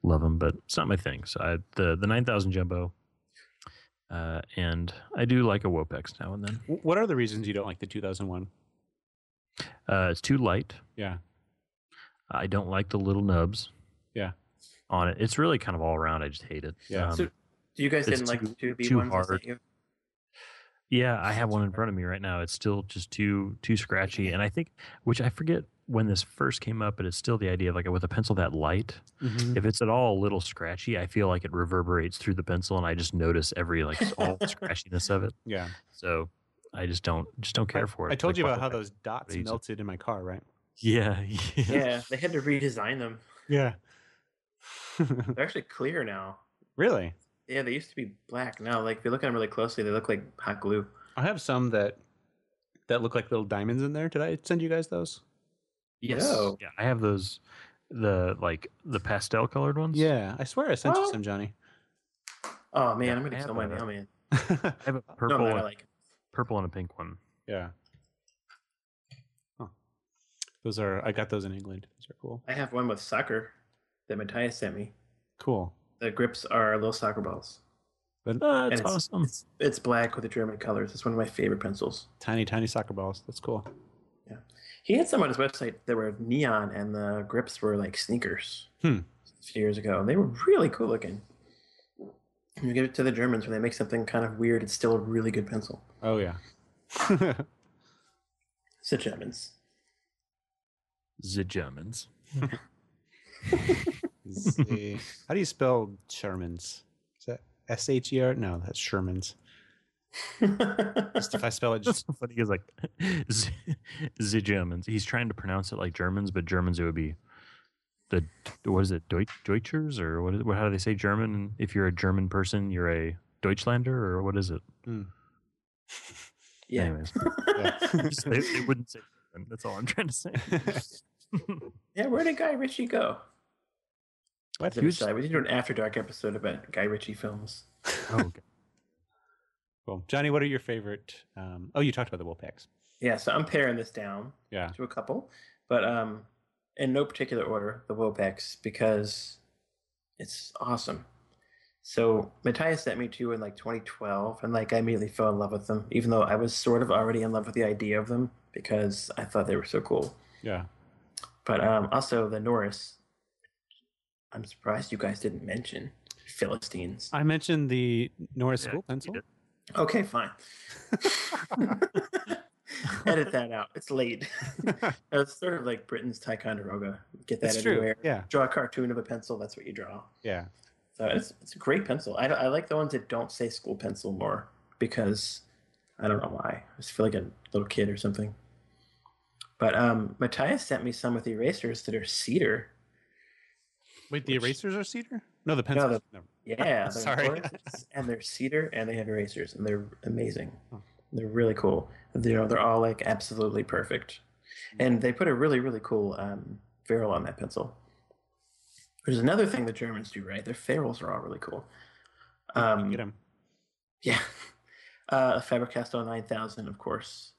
C: love them, but it's not my thing. So I the the 9000 jumbo, uh, and I do like a Wopex now and then.
B: W- What are the reasons you don't like the 2001?
C: Uh, it's too light.
B: Yeah.
C: I don't like the little nubs.
B: Yeah.
C: On it, it's really kind of all around. I just hate it.
B: Yeah.
C: Um,
A: So- So you guys
C: It's
A: didn't like
C: too-
A: the two B
C: too
A: ones? I
C: hard.
A: sent you?
C: Yeah, I have one in front of me right now. It's still just too too scratchy, and I think which I forget when this first came up, but it's still the idea of like with a pencil that light.
B: Mm-hmm. Hmm.
C: If it's at all a little scratchy, I feel like it reverberates through the pencil, and I just notice every like all the scratchiness of it.
B: Yeah.
C: So I just don't just don't care for it.
B: I told
C: Like,
B: you
C: why
B: about how
C: would I-
B: those dots
C: I use it.
B: melted in my car, right?
C: Yeah, yeah.
A: Yeah, they had to redesign them.
B: Yeah.
A: They're actually clear now.
B: really?
A: Yeah, they used to be black. Now, like if you look at them really closely, they look like hot glue.
B: I have some that that look like little diamonds in there. Did I send you guys those?
A: Yes. No.
C: Yeah, I have those the like the pastel colored ones.
B: Yeah. I swear I sent you
A: What?
B: some, Johnny.
A: Oh man, I'm
C: I
A: gonna
C: have
A: kill my
C: one of
A: nail man.
C: I have a
A: No,
C: purple,
A: man, I
C: one-
A: like. it.
C: purple and a pink one.
B: yeah. Huh. Those are I got those in England. Those are cool.
A: I have one with soccer that Matthias sent me.
B: Cool.
A: The grips are little soccer balls.
C: Uh, that's
A: And it's-
C: awesome.
A: It's, it's black with the German colors. It's one of my favorite pencils.
B: Tiny, tiny soccer balls. That's cool.
A: He had some on his website that were neon, and the grips were like sneakers.
B: Hmm.
A: A few years ago, and they were really cool looking. You give it to the Germans when they make something kind of weird. It's still a really good pencil.
B: Oh yeah.
A: It's the Germans.
C: The Germans.
B: Z- How do you spell Sherman's? Is that S H E R? No, that's Sherman's. Just if I spell it
C: That's
B: just
C: so funny. He's like, Z, Z Germans. He's trying to pronounce it like Germans, but Germans it would be the what is it Deutsch, Deutschers or what? Is, what- how do they say German? If you're a German person, you're a Deutschlander or what is it?
A: yeah.
C: Anyways,
A: yeah.
C: they, they wouldn't say. German. That's all I'm trying to say.
A: where did Guy Ritchie go?
B: what?
A: He was... uh, We did an After Dark episode about Guy Ritchie films.
C: oh, okay.
B: Cool. Johnny, what are your favorite? Um, oh, you talked about the Wolfpacks.
A: Yeah, so I'm paring this down
B: Yeah.
A: to a couple, but um, in no particular order, the Wopex because it's awesome. So Matthias sent me to in like 2012, and like I immediately fell in love with them, even though I was sort of already in love with the idea of them because I thought they were so cool.
B: Yeah.
A: But um, also the Norris, I'm surprised you guys didn't mention Philistines.
B: I mentioned the Norris
C: Yeah,
B: School
C: you
B: Pencil.
C: did.
A: Okay, fine. Edit that out. It's late. it's sort of like Britain's Ticonderoga. Get that
B: That's true.
A: anywhere.
B: Yeah.
A: Draw a cartoon of a pencil. That's what you draw.
B: Yeah.
A: So it's it's a great pencil. I, I like the ones that don't say school pencil more because I don't know why. I just feel like a little kid or something. But um, Matthias sent me some with erasers that are cedar.
B: Wait, the
A: Which-
B: erasers are cedar? No, the pencils.
A: the-
B: Never-
A: Yeah, they're
B: Sorry.
A: horses, and they're cedar, and they have erasers, and they're amazing.
B: Huh.
A: They're really cool. They're they're all like absolutely perfect, and they put a really really cool um, ferrule on that pencil. Which is another thing the Germans do right. Their ferrules are all really cool. Um,
B: Get 'em.
A: yeah. Uh, Faber Castell 9000, of course.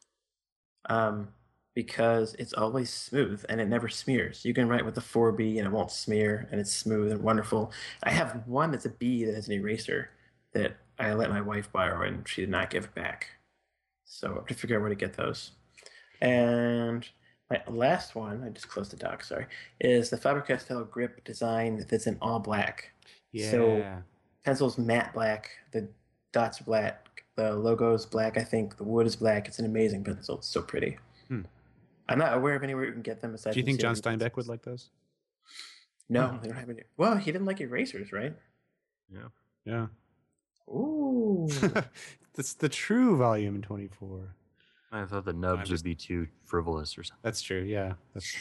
A: Um, because it's always smooth and it never smears. You can write with the 4B and it won't smear and it's smooth and wonderful. I have one that's a B that has an eraser that I let my wife borrow and she did not give it back. So I have to figure out where to get those. And my last one, I just closed the doc, sorry, is the Faber Castell grip design that's in all black
B: Yeah.
A: so- pencil's matte black. The dots are black. The logo is black. I think the wood is black. It's an amazing pencil. It's so pretty.
B: Hmm.
A: I'm not aware of anywhere you can get them. Aside
B: Do you
A: from
B: think John
A: Sears and
B: Steinbeck
A: Pencils.
B: would like those?
A: No, they don't have any. Well, he didn't like erasers, right?
B: Yeah. Hmm.
A: Ooh,
B: That's the true volume 24.
C: I thought the nubs
B: just-
C: would be too frivolous or something.
B: That's true. Yeah. That's,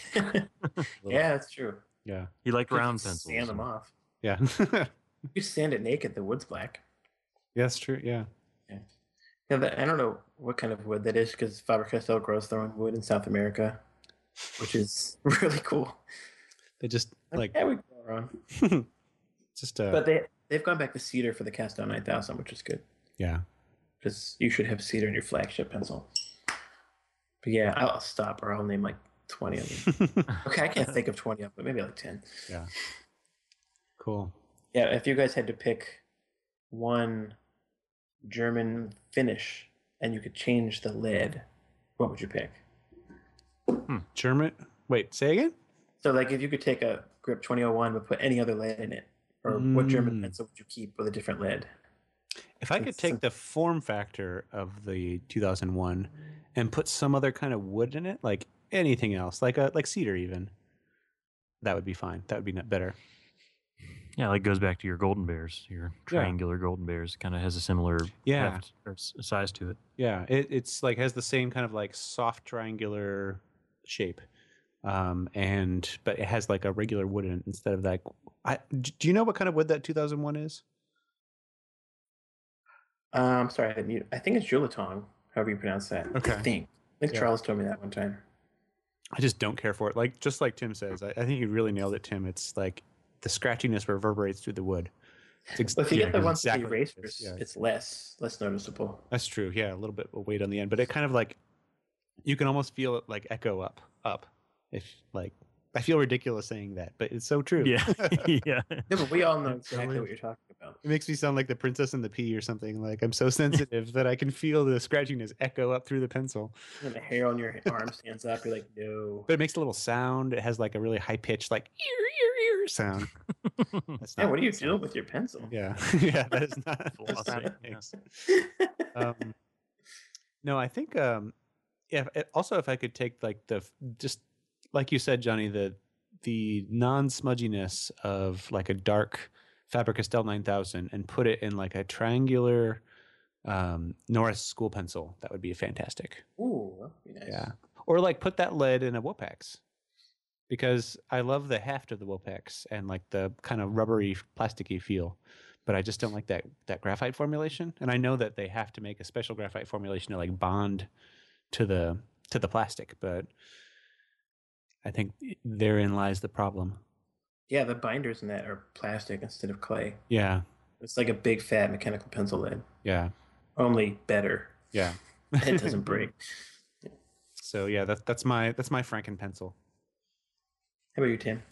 A: yeah, that's true.
B: yeah.
C: You like
A: You
C: round
A: can
C: pencils.
A: Sand them off.
B: Yeah.
A: You sand it naked. The wood's black.
B: That's true. Yeah.
A: Yeah, that, I don't know what kind of wood that is because Faber Castell grows their own wood in South America, which is really cool.
B: They just like,
A: yeah, we grow our own.
B: just, uh,
A: But they they've gone back to cedar for the Castell 9000, which is good.
B: yeah.
A: because you should have cedar in your flagship pencil. But yeah, I'll stop or I'll name like 20 of them. okay, I can't think of 20 of them, maybe like 10.
B: cool.
A: Yeah, if you guys had to pick one German finish and you could change the lid, what would you pick?
B: German. Wait, say again?
A: So, like, if you could take a Grip 2001 but put any other lid in it, or what German
B: Mm.
A: pencil would you keep with a different lid?
B: If I could
A: It's
B: take
A: a-
B: the form factor of the 2001 and put some other kind of wood in it, like anything else, like a like cedar even, that would be fine. That would be n- better.
C: Yeah, like goes back to your golden bears, your triangular golden bears. Kind of has a similar
B: Yeah.
C: heft or s- size to it.
B: Yeah, it, it's like has the same kind of like soft triangular shape, um, and but it has like a regular wood in it instead of that. I, d- do you know what kind of wood that 2001 is?
A: Um, sorry, I, didn't mute. I think it's Julatong, however you pronounce that.
B: Okay.
A: I think. I think
B: Yeah.
A: Charles told me that one time.
B: I just don't care for it. Like just like Tim says, I, I think you really nailed it, Tim. It's like the scratchiness reverberates through the wood. It's ex-
A: Well, if you
B: yeah,
A: get the ones
B: exactly
A: with
B: what
A: the
B: it is.
A: erasers,
B: Yeah.
A: it's less less noticeable.
B: That's true. Yeah, a little bit of weight on the end, but it kind of like you can almost feel it like echo up, up. If like I feel ridiculous saying that, but it's so true.
C: Yeah,
B: it
C: yeah.
A: No, but we all know
B: It
A: exactly
B: really
A: what you're talking about.
B: makes me sound like the princess and the pea or something. Like I'm so sensitive that I can feel the scratchiness echo up through the pencil.
A: When the hair on your arm stands up, you're like, no.
B: But it makes a little sound. It has like a really high pitched like ear ear ear sound. That's
A: Yeah, what are you
B: that sound.
A: doing with your pencil?
B: Yeah, yeah, that is not that's not
C: Philosophy,
B: what it
C: yeah.
B: makes. um, no, I think um, yeah. if- Also, if I could take like the f- just like you said, Johnny, the the non smudginess of like a dark Faber Castell nine thousand and put it in like a triangular um, Norris school pencil. That would be fantastic.
A: Ooh, that'd be nice.
B: Yeah. Or like put that lead in a Wopex because I love the heft of the Wopex and like the kind of rubbery, plasticky feel. But I just don't like that that graphite formulation. And I know that they have to make a special graphite formulation to like bond to the to the plastic, but I think therein lies the problem.
A: Yeah, the binders in that are plastic instead of clay.
B: Yeah.
A: It's like a big fat mechanical pencil lead,
B: Yeah.
A: only better.
B: Yeah.
A: It doesn't break.
B: so yeah, that, that's my that's my Franken pencil.
A: How about you, Tim?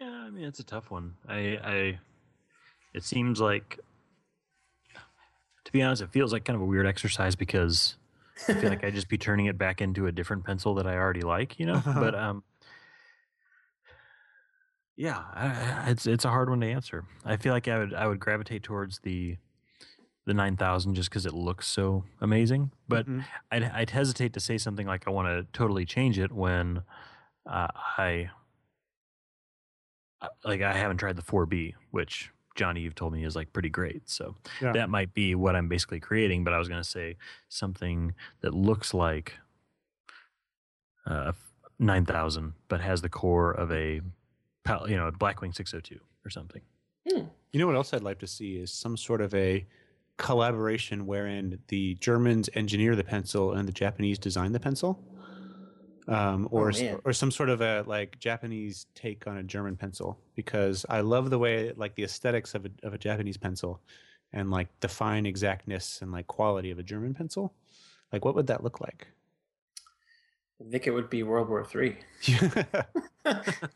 C: Yeah, I mean it's a tough one. I, I it seems like to be honest, it feels like kind of a weird exercise because I feel like I'd just be turning it back into a different pencil that I already like, you know. But um, yeah, I, I- it's it's a hard one to answer. I feel like I would I would gravitate towards the the nine thousand just because it looks so amazing, but
B: Mhm.
C: I'd, I'd hesitate to say something like I want to totally change it when uh, I I- like I haven't tried the 4B, which Johnny you've told me is like pretty great. So
B: Yeah.
C: that might be what I'm basically creating. But I was going to say something that looks like uh, 9000, but has the core of a pal- you know a Blackwing 602 or something.
B: You know what else I'd like to see is some sort of a collaboration wherein the Germans engineer the pencil and the Japanese design the pencil, um, or
A: Oh,
B: s-
A: man.
B: or some sort of a like Japanese take on a German pencil because I love the way like the aesthetics of a of a Japanese pencil, and like the fine exactness and like quality of a German pencil. Like, what would that look like?
A: I think it would be World War Three.
B: the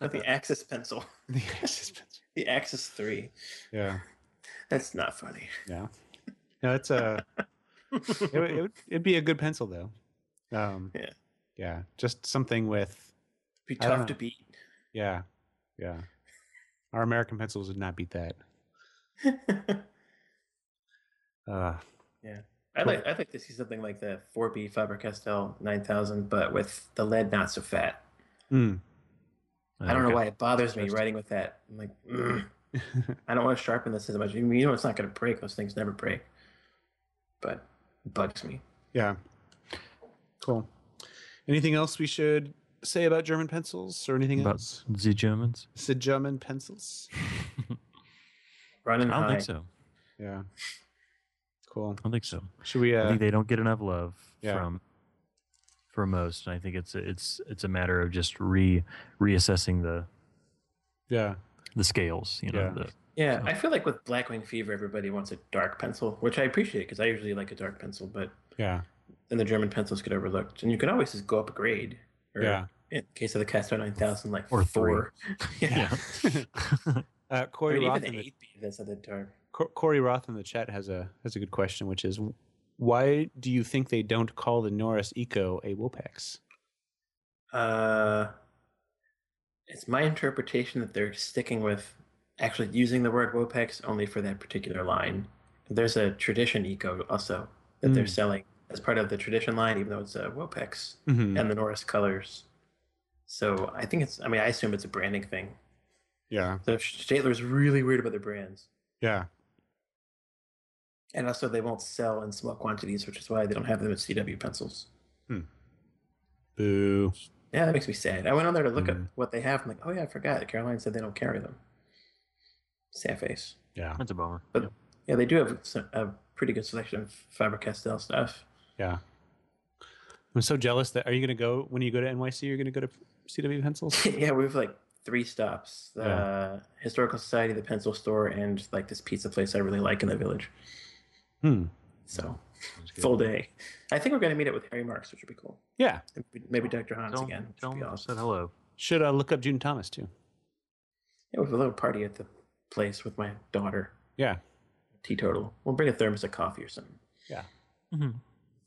A: With the Axis pencil.
B: Axis pencil.
A: The Axis Three.
B: Yeah,
A: That's not funny.
B: yeah. No, it's a. it, would- it would it'd be a good pencil though. Um,
A: Yeah.
B: yeah, just something with
A: be
B: I
A: tough
B: don't
A: to
B: know.
A: beat.
B: yeah, yeah. Our American pencils would not beat that. Uh,
A: I'd like I'd like to see something like the 4B Faber Castell 9000, but with the lead not so fat.
B: mm.
A: I don't know why it bothers me
C: Interesting.
A: writing with that. I'm like, "Mm, I don't want to sharpen this as much. You know, it's not going to break. Those things never break. But it bugs me.
B: yeah, cool. Anything else we should say about German pencils or anything
C: About
B: else?
C: the Germans.
B: The German pencils.
A: Running
C: I don't
A: high.
C: think so. I
B: Yeah, cool.
C: don't think so.
B: Should we?
C: I
B: Uh,
C: think they don't get enough love
B: Yeah.
C: from for most. And I think it's it's it's a matter of just re reassessing the
B: yeah,
C: the scales. You know,
B: Yeah.
C: the,
A: Yeah, I feel like with Blackwing Fever, everybody wants a dark pencil, which I appreciate because I usually like a dark pencil, but
B: yeah,
A: then the German pencils get overlooked. And you can always just go up a grade. Or
B: yeah.
A: In case of the Castor 9000, like
C: Or three.
A: four. yeah.
B: Uh,
A: I
B: Corey
A: mean,
B: Roth
A: even
B: in
A: the
B: the
A: 8B that's at the dark.
B: Cor- Corey Roth in the chat has a has a good question, which is why do you think they don't call the Norris Eco a Wopex?
A: Uh, it's my interpretation that they're sticking with actually using the word Wopex only for that particular line. There's a tradition eco also that they're
B: Mm.
A: selling as part of the tradition line, even though it's a Wopex
B: Mm-hmm.
A: and the Norris colors. So I think it's, I mean, I assume it's a branding thing.
B: Yeah,
A: The Staedtler's really weird about their brands.
B: yeah,
A: And also, they won't sell in small quantities, which is why they don't have them at CW pencils.
B: boo.
A: Yeah, that makes me sad. I went on there to look
B: Mhm.
A: at what they have. I'm like, oh yeah, I forgot. Caroline said they don't carry them. Sad face.
B: Yeah,
C: that's a bummer.
A: But- Yeah, they do have s- a pretty good selection of Faber Castell stuff.
B: yeah. I'm so jealous that are you going to go when you go to NYC? You're going to go to CW Pencils.
A: yeah, we have like three stops: the
B: Yeah.
A: historical society, the pencil store, and like this pizza place I really like in the village.
B: Hmm.
A: So
C: Sounds good.
A: full day. I think we're gonna meet up with Harry Marks, which would be cool.
B: Yeah.
A: And Maybe Dr. Hans
C: Tell,
A: again.
C: tell
A: Which would be
C: them I
A: awesome.
C: said hello.
B: Should uh, look up June Thomas too.
A: Yeah, we have a little party at the place with my daughter,
B: Yeah.
A: teetotal. We'll bring a thermos of coffee or something.
C: Mhm.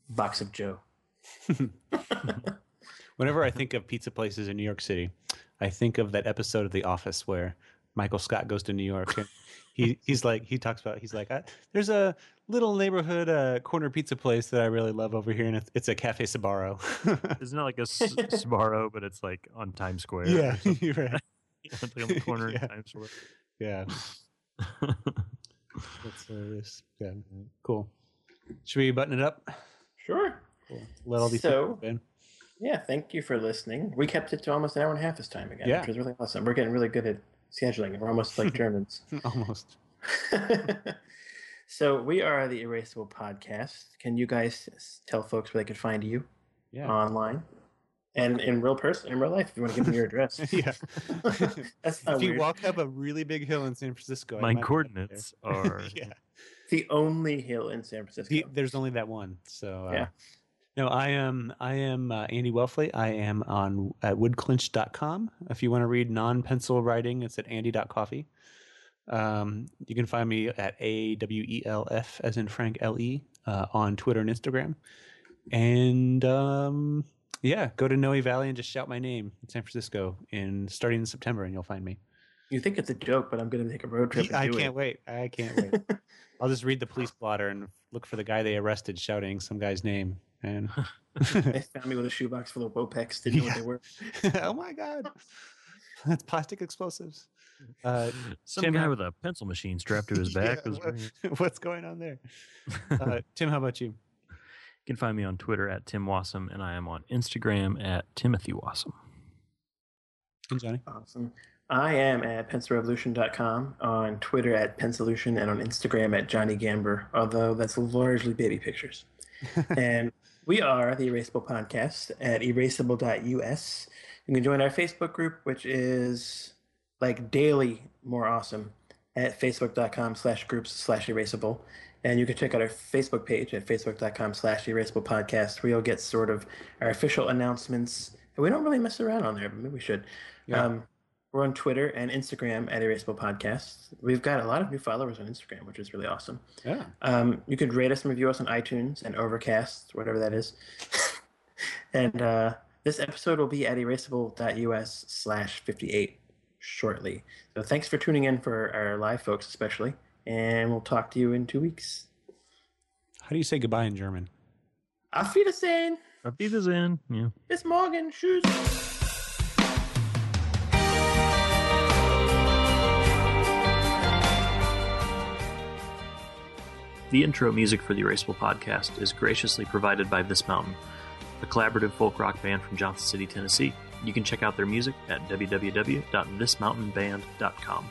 A: Box of Joe.
B: Whenever I think of pizza places in New York City, I think of that episode of The Office where Michael Scott goes to New York and he, he's like he talks about he's like I, there's a little neighborhood uh, corner pizza place that I really love over here and it's, it's a Cafe Sabaro.
C: Isn't that like a S- Sbarro, but it's like on Times Square? or
B: yeah,
C: something?
B: you're right.
C: It's like on the corner
B: Yeah.
C: of Times Square.
B: Yeah. That's hilarious. Yeah. Cool. Should we button it up?
A: Sure.
B: Cool. Let all these
A: So-
B: people in.
A: Yeah, thank you for listening. We kept it to almost an hour and a half this time again,
B: Yeah.
A: which was really awesome. We're getting really good at scheduling. We're almost like Germans.
B: Almost.
A: so we are the Erasable Podcast. Can you guys s- tell folks where they can find you
B: Yeah.
C: Uh,
A: online and in real person, in real life? If you want to give them your address,
B: yeah.
A: that's not
B: if you
A: weird.
B: walk up a really big hill in San Francisco, I
C: My
B: might be up
C: coordinates
B: there.
C: are
B: yeah.
A: the only hill in San Francisco.
B: The, there's only that one. So uh,
A: Yeah.
B: No, I am I am uh, Andy Welfley. I am on at woodclinch.com. If you want to read non-pencil writing, it's at andy.coffee. Um, you can find me at a w e l f as in Frank L E uh, on Twitter and Instagram. And um, yeah, go to Noe Valley and just shout my name in San Francisco in starting in September, and you'll find me.
A: you think it's a joke, but I'm going to take a road trip. And
B: I
A: do
B: can't wait. I can't wait.
A: It.
B: I'll just read the police blotter and look for the guy they arrested shouting some guy's name. And
A: they found me with a shoebox full of Wopex. Didn't know what
B: Yeah.
A: they were.
B: oh my god, that's plastic explosives. Uh,
C: some
B: Tim,
C: guy
B: how-
C: with a pencil machine strapped to his back.
B: yeah,
C: was
B: what-
C: bringing- you
B: what's going on there? Uh, Tim, how about you?
C: can find me on Twitter at Tim Wassum, and I am on Instagram at Timothy Wassum.
B: And Johnny?
A: Awesome. I am at pencilrevolution.com on Twitter at pensolution and on Instagram at Johnny Gamber, although that's largely baby pictures. and we are the Erasable Podcast at erasable.us. You can join our Facebook group, which is like daily more awesome at facebook.com slash groups slash erasable. And you can check out our Facebook page at facebook.com slash erasable podcast, where you'll get sort of our official announcements. And we don't really mess around on there, but maybe we should.
B: Yeah.
A: Um, we're on Twitter and Instagram at Erasable Podcast. We've got a lot of new followers on Instagram, which is really awesome.
B: Yeah,
A: Um, you could rate us and review us on iTunes and Overcast, whatever that is. and uh, this episode will be at erasable.us slash 58 shortly. So thanks for tuning in for our live folks, especially. And we'll talk to you in two weeks.
B: how do you say goodbye in German?
A: Auf Wiedersehen.
C: I'll be this in. Yeah.
A: Bis morgen. Tschüss.
C: The intro music for the Erasable podcast is graciously provided by This Mountain, a collaborative folk rock band from Johnson City, Tennessee. You can check out their music at www.thismountainband.com.